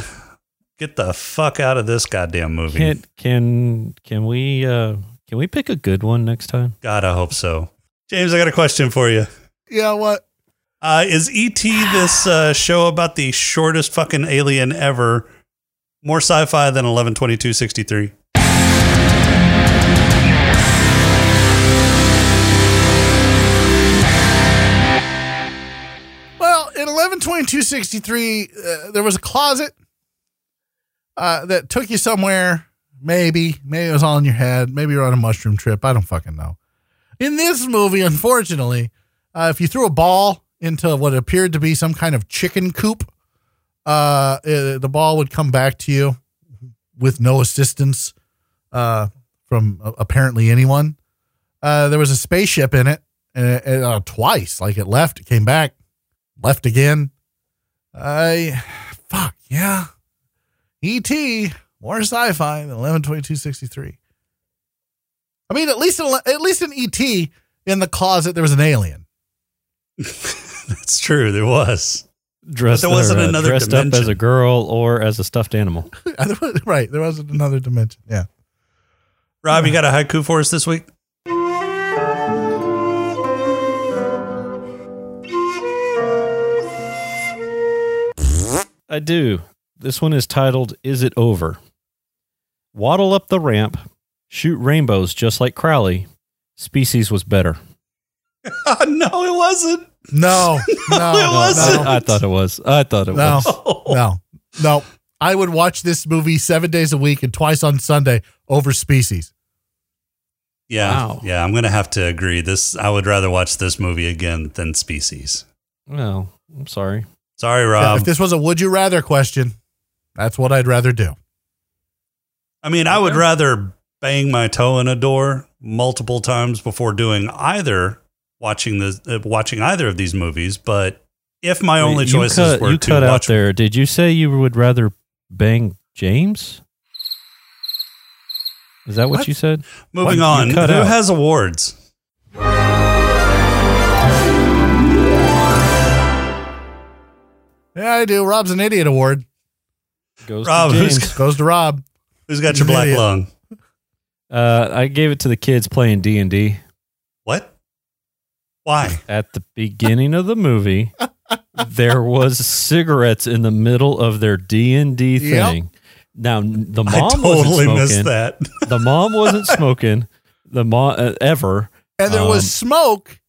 E: get the fuck out of this goddamn movie.
G: Can can can we uh can we pick a good one next time?
E: God, I hope so. James, I got a question for you.
F: You know what?
E: Uh, is ET
G: (sighs)
E: this uh, show about the shortest fucking alien ever? More sci-fi than eleven twenty two sixty three.
F: Well, in 112263, uh, there was a closet uh, that took you somewhere. Maybe, maybe it was all in your head. Maybe you're on a mushroom trip. I don't fucking know. In this movie, unfortunately, uh, if you threw a ball into what appeared to be some kind of chicken coop, uh, uh, the ball would come back to you with no assistance uh, from uh, apparently anyone. Uh, there was a spaceship in it and, and, uh, twice. Like it left, it came back, left again. I fuck yeah. E.T. more sci-fi than eleven twenty two sixty three. I mean, at least in, at least in E.T. in the closet there was an alien.
E: (laughs)
F: (laughs)
E: That's true. There was.
G: Dressed,
E: there wasn't
G: or, uh,
E: another
G: dressed up
E: dimension.
G: as a girl or as a stuffed animal.
F: right, there wasn't another dimension. Yeah.
E: Rob, you got a haiku for us this week? (laughs)
G: I do. This one is titled Is It Over? Waddle up the ramp, shoot rainbows just like Crowley. Species was better.
E: Oh, no, it wasn't. (laughs)
F: No, no,
E: it
F: no,
E: wasn't.
G: I thought it was. I thought it
F: No.
G: was.
E: Oh.
F: No, no. I would watch this movie seven days a week and twice on Sunday over Species.
E: Yeah,
G: Wow.
E: yeah. I'm gonna have to agree. This I would rather watch this movie again than Species.
G: Well, I'm sorry.
E: Sorry,
F: Yeah,
E: Rob.
F: if this was a would you rather question, that's what I'd rather do.
E: I mean, I would rather bang my toe in a door multiple times before doing either watching the uh, watching either of these movies. But if my only
G: You
E: choices
G: cut-
E: were
G: you
E: to
G: cut out
E: watch,
G: there. Did you say you would rather bang James? Is that what,
E: What?
G: you said?
E: moving
G: What?
E: on,
G: You
E: who
G: cut out.
E: has awards?
F: Yeah, I do. Rob's an idiot award.
G: Goes
E: Rob,
G: to
E: who's
G: James.
F: Goes to Rob.
E: Who's got your black
F: Idiot.
E: lung?
G: Uh, I gave it to the kids playing D and D
E: What? Why?
G: at the beginning of
F: (laughs)
G: the movie. There was cigarettes in the middle of their D and D
F: Yep.
G: thing. Now n- the mom
E: I totally
G: wasn't
E: missed
G: smoking.
E: that. (laughs)
G: The
F: (laughs)
G: mom wasn't smoking. The mom uh, ever
F: And there
G: Um,
F: was smoke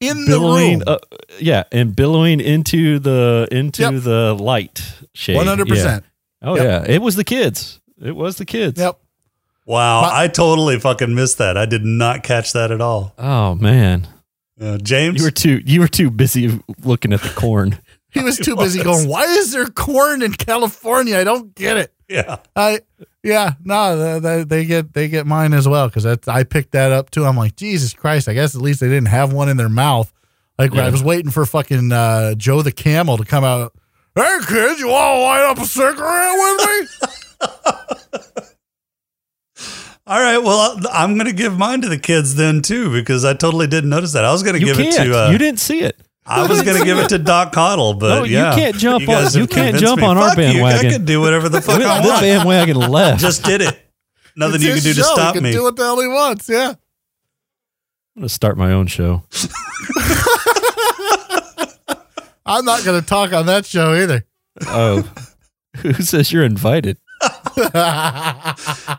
F: in the room.
G: billowing. Uh, yeah, and billowing into the into
F: Yep.
G: the light shade.
F: One hundred percent.
G: Yeah. Oh
F: Yep.
G: yeah, it was the kids. It was the kids.
F: Yep.
E: Wow,
F: My-
E: I totally fucking missed that. I did not catch that at all.
G: Oh man,
E: Uh, James,
G: you were too you were too busy looking at
F: (laughs)
G: the corn.
F: He was too busy
E: was. (laughs)
F: going. Why is there corn in California? I don't get it.
E: yeah.
F: I yeah no they, they get they get mine as well because I picked that up too. I'm like Jesus Christ! I guess at least they didn't have one in their mouth. Like when I
G: Yeah.
F: was waiting for fucking uh, Joe the Camel to come out. Hey kid, you want to light up a cigarette with me?
E: All right. Well, I- I'm going to give mine to the kids then too because I totally didn't notice that. I was going to
G: You
E: give
G: can't.
E: it to uh,
G: you didn't see it.
E: I was going to give it to Doc Coddle, but
G: No, you
E: yeah,
G: can't jump on-
E: guys have
G: you can't
E: convinced
G: jump
E: me.
G: on our
E: Fuck you,
G: bandwagon.
E: I can do
G: (laughs)
E: whatever the fuck
G: This
E: I want. (laughs)
G: bandwagon left.
E: Just did it. (laughs) Nothing
F: It's
E: you can
F: his
E: do to
F: show. He
E: stop
F: can
E: me.
F: Do what the hell he wants. Yeah.
G: I'm gonna start my own show.
F: I'm not going to talk on that show either.
G: Oh, (laughs) who says you're invited?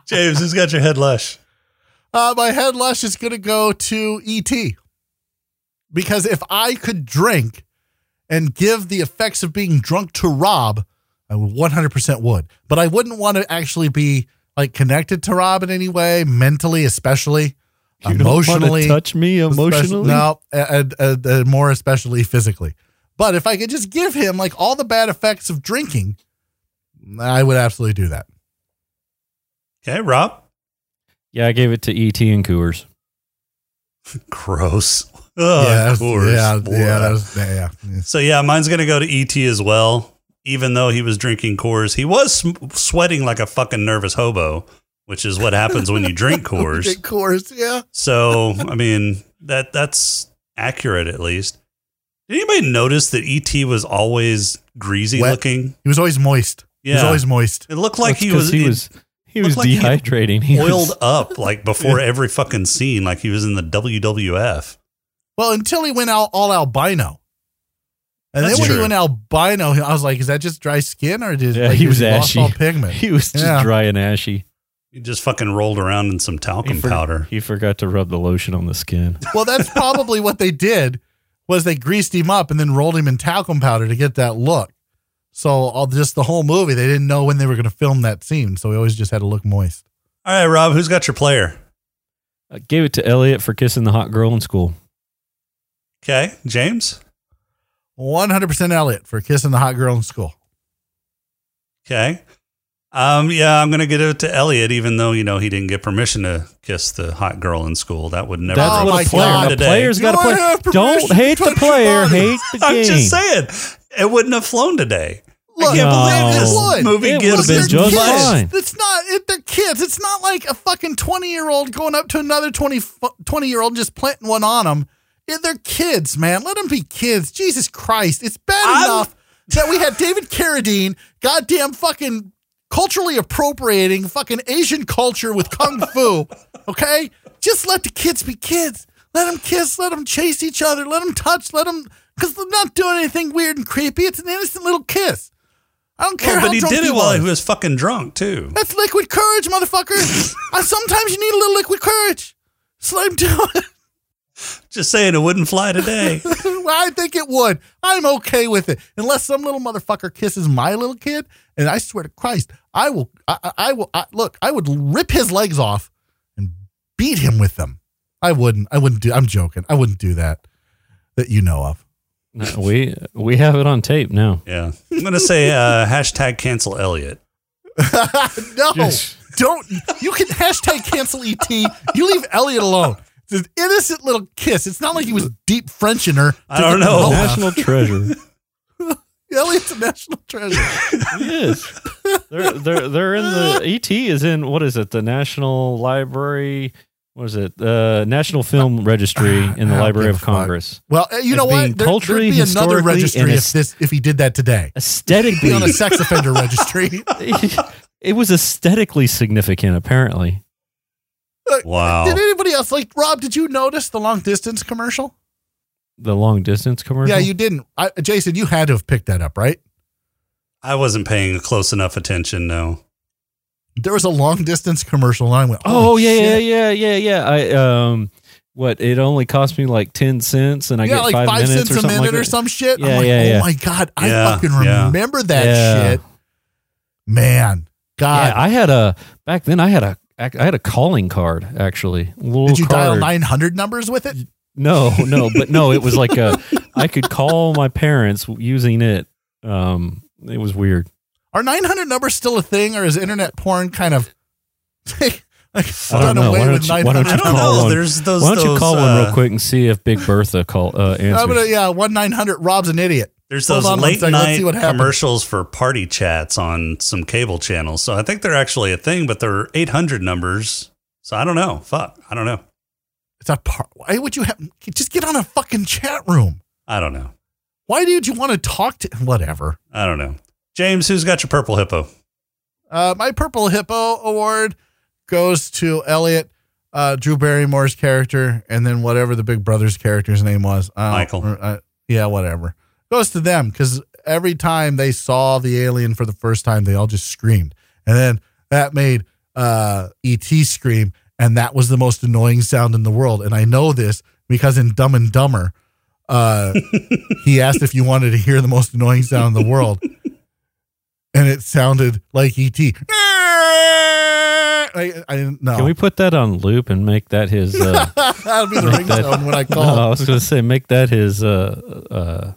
E: James, who's got your head lush?
F: Uh, my head lush is going to go to ET because if I could drink and give the effects of being drunk to Rob, I would 100% would. But I wouldn't want to actually be like connected to Rob in any way, mentally, especially
G: You don't wanna
F: emotionally.
G: touch me emotionally.
F: No, and, and, and more especially physically. But if I could just give him like all the bad effects of drinking, I would absolutely do that.
E: Okay, Rob.
G: Yeah, I gave it to ET and Coors.
E: Gross. Ugh,
F: yeah,
E: (laughs)
F: that's-
E: of course.
F: yeah,
E: Blah.
F: yeah, that was, yeah, yeah.
E: So yeah, mine's gonna go to ET as well. Even though he was drinking Coors, he was sm- sweating like a fucking nervous hobo, which is what happens when you
F: (laughs)
E: drink Coors.
F: Of course, yeah.
E: So I mean that that's accurate at least. Did anybody notice that ET was always greasy
F: Wet.
E: looking?
F: He was always moist. He was
E: Yeah.
F: always moist.
E: It looked like
G: That's
E: he
G: 'cause
E: was,
G: he
E: it
G: was he was
E: looked like he had
G: dehydrating. He was-
E: oiled up like before every fucking scene, like he was in the WWF.
F: Well, until he went out all albino. And
E: That's
F: then when he
E: true.
F: went albino, I was like, is that just dry skin or did
G: (laughs) Yeah,
F: like,
G: he was
F: lost
G: ashy.
F: all pigment?
G: (laughs) He was just
F: Yeah.
G: dry and ashy.
E: He just fucking rolled around in some
G: He,
E: talcum
G: for-
E: powder.
G: he forgot to rub the lotion on the skin.
F: well, that's probably what they did was they greased him up and then rolled him in talcum powder to get that look. So all just the whole movie, they didn't know when they were going to film that scene, so he always just had to look moist.
E: All right, Rob, who's got your player?
G: I gave it to Elliot for kissing the hot girl in school.
E: Okay, James.
F: One hundred percent Elliot for kissing the hot girl in school.
E: Okay. Um, yeah, I'm gonna give it to Elliot, even though you know he didn't get permission to kiss the hot girl in school. That would never.
G: That's
F: Oh
G: what
F: my
G: a player.
F: God.
G: A
E: today.
G: player's
F: You
G: got to
F: don't
G: play.
F: have permission
G: Don't
F: to
G: hate the
F: touch your
G: player.
F: body.
G: Hate the
E: (laughs)
G: game.
E: I'm just saying, it wouldn't have flown today. I can't
G: No.
E: believe this
F: It would.
E: movie
G: It
E: gets
G: would've been
E: this
G: just
E: much.
G: fine.
F: It's not, it, they're kids. It's not like a fucking 20 year old going up to another 20, fu- 20 year old and just planting one on them. they're kids, man. Let them be kids. Jesus Christ. It's bad
E: I'm-
F: enough that we had David Carradine, goddamn fucking culturally appropriating fucking Asian culture with kung fu. Okay? Just let the kids be kids. Let them kiss. Let them chase each other. Let them touch. Let them, because they're not doing anything weird and creepy. It's an innocent little kiss. I don't care
E: Well,
F: how
E: but he
F: drunk
E: did it
F: he
E: while
F: was.
E: he was fucking drunk too.
F: That's liquid courage, motherfucker. uh, sometimes you need a little liquid courage. So let him do it.
E: Just saying, it wouldn't fly
F: (laughs)
E: today.
F: Well, (laughs) I think it would. I'm okay with it, unless some little motherfucker kisses my little kid, and I swear to Christ, I will. I, I- I will. I, look, I would rip his legs off and beat him with them. I wouldn't. I wouldn't do. I'm joking. I wouldn't do that. That you know of. (laughs)
G: No, we we have it on tape now.
E: yeah, I'm gonna say uh, hashtag cancel Elliot.
F: no,
G: Yes.
F: don't. You can hashtag cancel ET. You leave Elliot alone. It's an innocent little kiss. It's not like he was deep Frenching her. to
E: I don't
F: get the
E: know.
F: roll out.
G: National (laughs) treasure.
F: Elliot's a national treasure.
G: Yes, they're they're they're
F: (laughs)
G: in the ET is in what is it the National Library. What is it? Uh, National Film Registry in the
F: Ah, I don't
G: Library
F: give
G: of
F: a fuck.
G: Congress.
F: Well, uh, you
G: As
F: know
G: being
F: what? There, would
G: culturally,
F: be another
G: historically,
F: registry
G: and
F: if
G: est-
F: this if he did that today. Be
G: Aesthetically,
F: on a sex offender registry.
G: (laughs) it was aesthetically significant. Apparently,
E: Wow.
G: Oh.
F: Did anybody else like Rob? Did you notice the long distance commercial?
G: the long distance commercial.
F: Yeah, you didn't. I, Jason, you had to have picked that up, right?
E: I wasn't paying close enough attention. No.
F: There was a long distance commercial, and I went,
G: Oh,
F: "Oh,
G: yeah,
F: shit.
G: yeah, yeah, yeah, yeah. I um, what it only cost me like ten cents, and I
F: yeah, like
G: get five, minutes
F: cents
G: or
F: a
G: something
F: minute
G: like
F: or
G: that.
F: some shit.
G: Yeah,
F: I'm like,
G: yeah,
F: oh
G: yeah.
F: my god, I
E: Yeah,
F: fucking
E: yeah.
F: remember that
G: Yeah.
F: shit, man. God,
G: yeah, I had a back then. I had a I had a calling card actually. Little
F: did you dial
G: card.
F: nine hundred numbers with it?
G: No, no, but no, it was like a I could call my parents using it. Um, it was weird.
F: Are 900 numbers still a thing, or is internet porn kind of (laughs) like
G: don't
F: done
G: know.
F: away
G: Why don't
F: with
G: you- why don't
F: 900?
G: you
E: I don't
G: call
E: know.
G: one.
E: There's those.
G: Why don't you
E: those,
G: call one
E: uh,
G: real quick and see if Big Bertha call uh, answers?
F: (laughs) I'm gonna, yeah, one 900. Rob's an idiot.
E: There's
F: Hold
E: those
F: on one
E: late
F: second, let's
E: night
F: see what happens.
E: commercials for party chats on some cable channels. So I think they're actually a thing, but they're 800 numbers. So I don't know. Fuck. I don't know.
F: It's a part. Why would you have just get on a fucking chat room?
E: I don't know.
F: Why did you want to talk to whatever?
E: I don't know. James, who's got your purple hippo?
F: Uh, my Purple Hippo award goes to Elliot, uh, Drew Barrymore's character, and then whatever the Big Brother's character's name was. I don't-
E: Michael.
F: or, uh, yeah, whatever. Goes to them because every time they saw the alien for the first time, they all just screamed. And then that made uh, E.T. scream, and that was the most annoying sound in the world. And I know this because in Dumb and Dumber, uh, he asked if you wanted to hear the most annoying sound in the world and it sounded like ET. I, I didn't know.
G: Can we put that on loop and make that his?
E: (laughs)
G: Uh,
F: (laughs) That'll be the
G: make that-
F: ringtone when I
G: no,
F: call.
G: I was gonna say make that his uh, uh,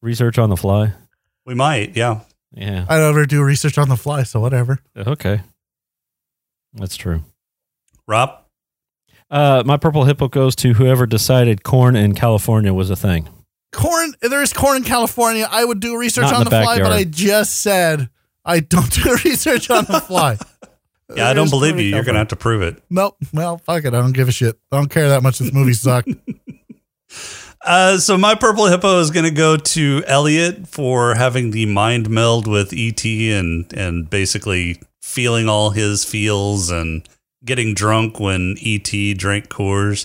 G: research on the fly.
E: We might. Yeah.
G: Yeah.
F: I don't ever do research on the fly, so whatever.
G: Okay. That's true.
E: Rob?
G: Uh, my purple hippo goes to whoever decided corn in California was a thing.
F: Corn. There is corn in California. I would do research
G: Not in
F: on
G: the
F: the, fly, but
G: backyard.
F: I just said I don't (laughs) do research on the fly. There
E: Yeah, I don't
F: is
E: believe
F: corn in
E: you. You're going to
F: California.
E: have to prove it.
F: Nope. Well, fuck it. I don't give a shit. I don't care that much. This movie
G: (laughs)
F: sucked.
E: Uh, so my purple hippo is going to go to Elliot for having the mind meld with ET and and basically feeling all his feels and getting drunk when ET drank Coors.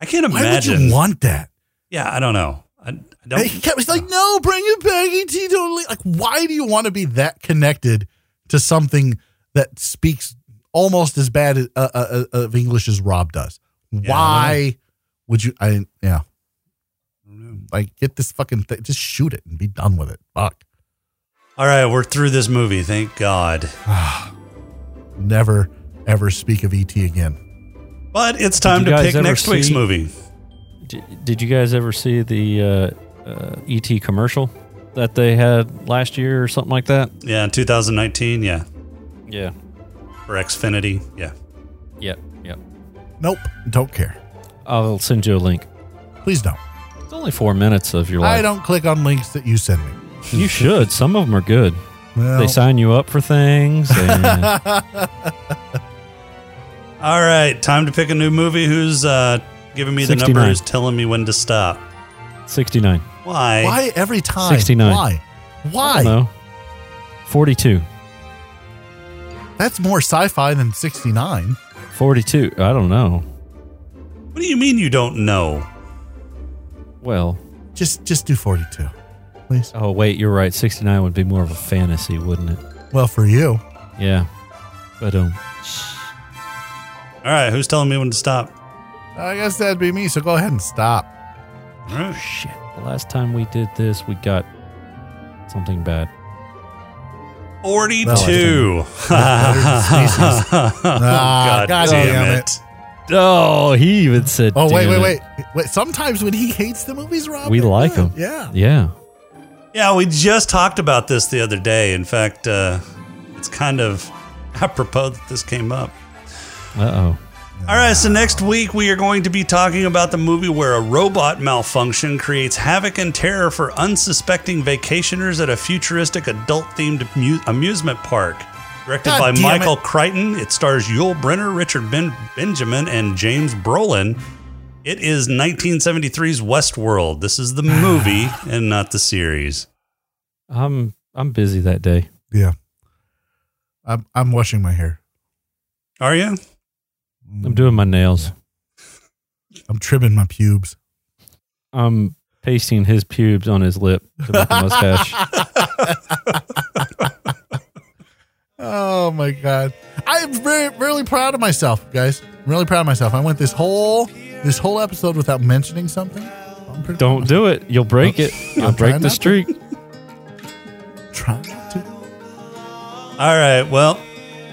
E: I can't
F: Why
E: imagine.
F: would you want that?
E: yeah, I don't know. I, I don't.
F: And (laughs) he kept he's like, no, bring it back, ET. Totally. Like, why do you want to be that connected to something that speaks almost as bad uh, uh, uh, of English as Rob does? Why would you? I yeah.
G: Mm.
F: Like, get this fucking thing. Just shoot it and be done with it. Fuck.
E: all right, we're through this movie. Thank God.
F: Never ever speak of ET again.
E: But it's time
G: you
E: to
G: guys
E: pick
G: ever
E: next week's
G: see-
E: movie.
G: D- did you guys ever see the uh, uh, ET commercial that they had last year or something like that?
E: Yeah, 2019. Yeah.
G: Yeah.
E: or Xfinity. Yeah.
G: Yep. Yep.
F: Nope. Don't care.
G: I'll send you a link.
F: Please don't.
G: It's only four minutes of your life.
F: I don't click on links that you send me.
G: You should. Some of them are good.
F: Well,
G: They sign you up for things. And
E: All right, time to pick a new movie. Who's uh, giving me the
G: 69.
E: numbers, telling me when to stop?
G: 69.
E: Why?
F: why every time?
G: 69.
F: Why?
G: I
F: Why?
G: don't know. 42.
F: That's more sci-fi than 69.
G: 42. I don't know.
E: What do you mean you don't know?
G: Well,
F: Just just do 42. Please.
G: oh, wait, you're right. 69 would be more of a fantasy, wouldn't it?
F: Well, for you.
G: Yeah. But um,
E: All right, who's telling me when to stop?
F: I guess that'd be me, so go ahead and stop.
E: All right.
G: shit. The last time we did this, we got something bad.
E: 42.
F: Ah,
E: (laughs) God, damn, it.
G: Oh, he even said.
F: Oh, wait,
G: damn
F: wait, wait.
G: it.
F: Wait, sometimes when he hates the movies, Rob,
G: We
F: they're
G: like
F: good.
G: them.
F: Yeah.
G: Yeah.
E: Yeah, we just talked about this the other day. In fact, uh, it's kind of (laughs) apropos that this came up.
G: Uh oh.
E: All right, so next week we are going to be talking about the movie where a robot malfunction creates havoc and terror for unsuspecting vacationers at a futuristic adult themed amu- amusement park. Directed
F: God
E: by
F: damn
E: Michael Crichton, it stars Yul Brenner, Richard ben- Benjamin, and James Brolin. It is 1973's Westworld. This is the
F: (sighs)
E: movie and not the series.
G: I'm I'm busy that day.
F: Yeah. I'm, I'm washing my hair.
E: Are you?
G: I'm doing my nails.
F: I'm trimming my pubes.
G: I'm pasting his pubes on his lip to make
F: (laughs)
G: a mustache.
F: Oh my god. I'm very really proud of myself, guys. I'm really proud of myself. I went this whole this whole episode without mentioning something. I'm pretty
G: Don't do it. You'll break it. You'll
F: I'm trying
G: break
F: not to.
G: the streak.
F: trying to.
E: All right. Well,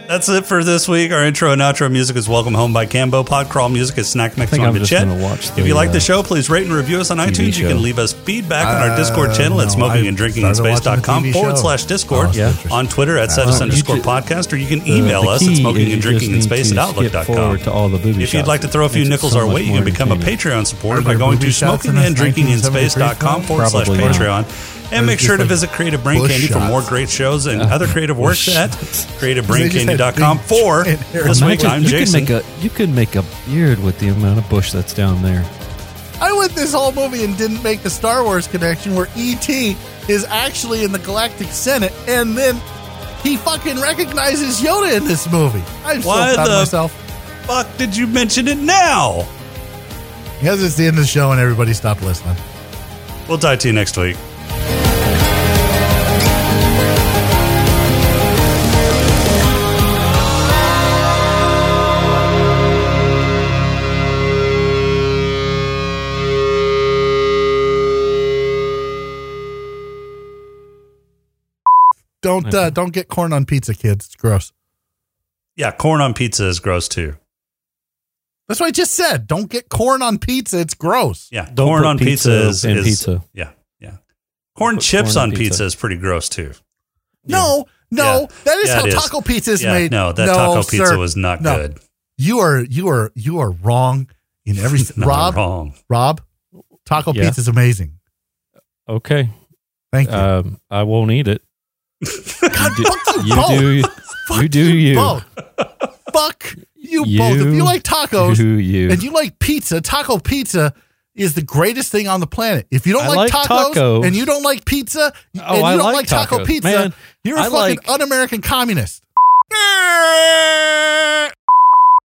E: that's it for this week. Our intro and outro music is Welcome Home by Cambo. Pod Crawl music is Snack Mix
G: think
E: on
G: I'm just
E: Bichette.
G: gonna watch
E: if
G: the,
E: you like the
G: uh,
E: show, please rate and review us on iTunes. You
G: show.
E: can leave us feedback on our Discord
F: Uh,
E: channel at
F: no,
E: smoking
F: I
E: and drinking in
F: started watching the
E: space.com
F: TV
E: forward
F: show.
E: slash Discord.
F: Oh, that's
G: Yeah.
F: interesting.
E: On Twitter at
F: Uh,
E: Cetus
F: you
E: underscore
G: ju- uh,
E: podcast, or you can (laughs) email
G: The- the
E: us at
G: key
E: smoking
G: is
E: and
G: you
E: drinking in
G: just need
E: space at
G: to skip
E: outlook.com.
G: forward to all the booby
E: If you'd
G: shots.
E: like to throw a few
G: Makes it
E: nickels
G: so
E: our
G: much
E: way, you
G: more
E: can become a
G: entertaining.
E: Patreon supporter
F: Are
E: by
F: there
E: going to
F: booby shots in
E: smoking
F: this
E: and drinking in space.com
F: 1973
E: forward slash
G: film? Probably
E: Patreon. And
F: Or
E: make
F: just
E: sure to
F: like
E: visit Creative Brain
F: bush
E: Candy for
F: shots.
E: more great shows and
G: (laughs)
E: other creative works
G: bush
E: at
G: shots.
E: creativebraincandy.com.
F: They just
E: For
F: had big shit in
E: this
F: there.
E: week,
G: Imagine-
E: I'm
G: you can make
E: Jason.
G: a you could make a beard with the amount of bush that's down there.
F: I went this whole movie and didn't make the Star Wars connection where E.T. is actually in the Galactic Senate and then he fucking recognizes Yoda in this movie. I'm
E: Why
F: so proud
E: the-
F: of myself.
E: Fuck, did you mention it now?
F: Because it's the end of the show and everybody stopped listening.
E: We'll talk to you next week.
F: Don't uh, don't get corn on pizza, kids. It's gross.
E: Yeah, corn on pizza is gross too.
F: That's what I just said. Don't get corn on pizza. It's gross.
E: Yeah,
G: Don't
E: corn
G: put
E: on pizza,
G: pizza
E: is,
G: in
E: is-
G: pizza.
E: Yeah, yeah. Corn
G: Put
E: chips
G: corn
E: on
G: in
E: pizza.
G: pizza.
E: is pretty gross too.
F: No, no,
E: Yeah.
F: that is
E: Yeah,
F: how
E: it is.
F: taco pizza is
E: yeah,
F: made.
E: no, that taco pizza
F: sir.
E: was not
F: No.
E: good.
F: You are you are you are wrong in every
E: (laughs) Not
F: Rob
E: wrong.
F: Rob. Taco
G: Yeah.
F: pizza is amazing.
G: Okay,
F: Thank you.
G: um, I won't
F: (laughs)
G: eat it.
F: God, fuck you,
G: You
F: both.
G: do
F: Fuck
G: you do you.
F: both. fuck you, both. If you
G: You
F: like tacos
G: do you.
F: and you like pizza, taco pizza is the greatest thing on the planet. If you don't
G: I
F: like,
G: like
F: tacos,
G: tacos.
F: and you don't like pizza and
G: Oh,
F: you
G: I
F: don't like,
G: like
F: taco
G: tacos.
F: pizza,
G: Man,
F: you're a
G: I
F: fucking
G: like-
F: un-American communist.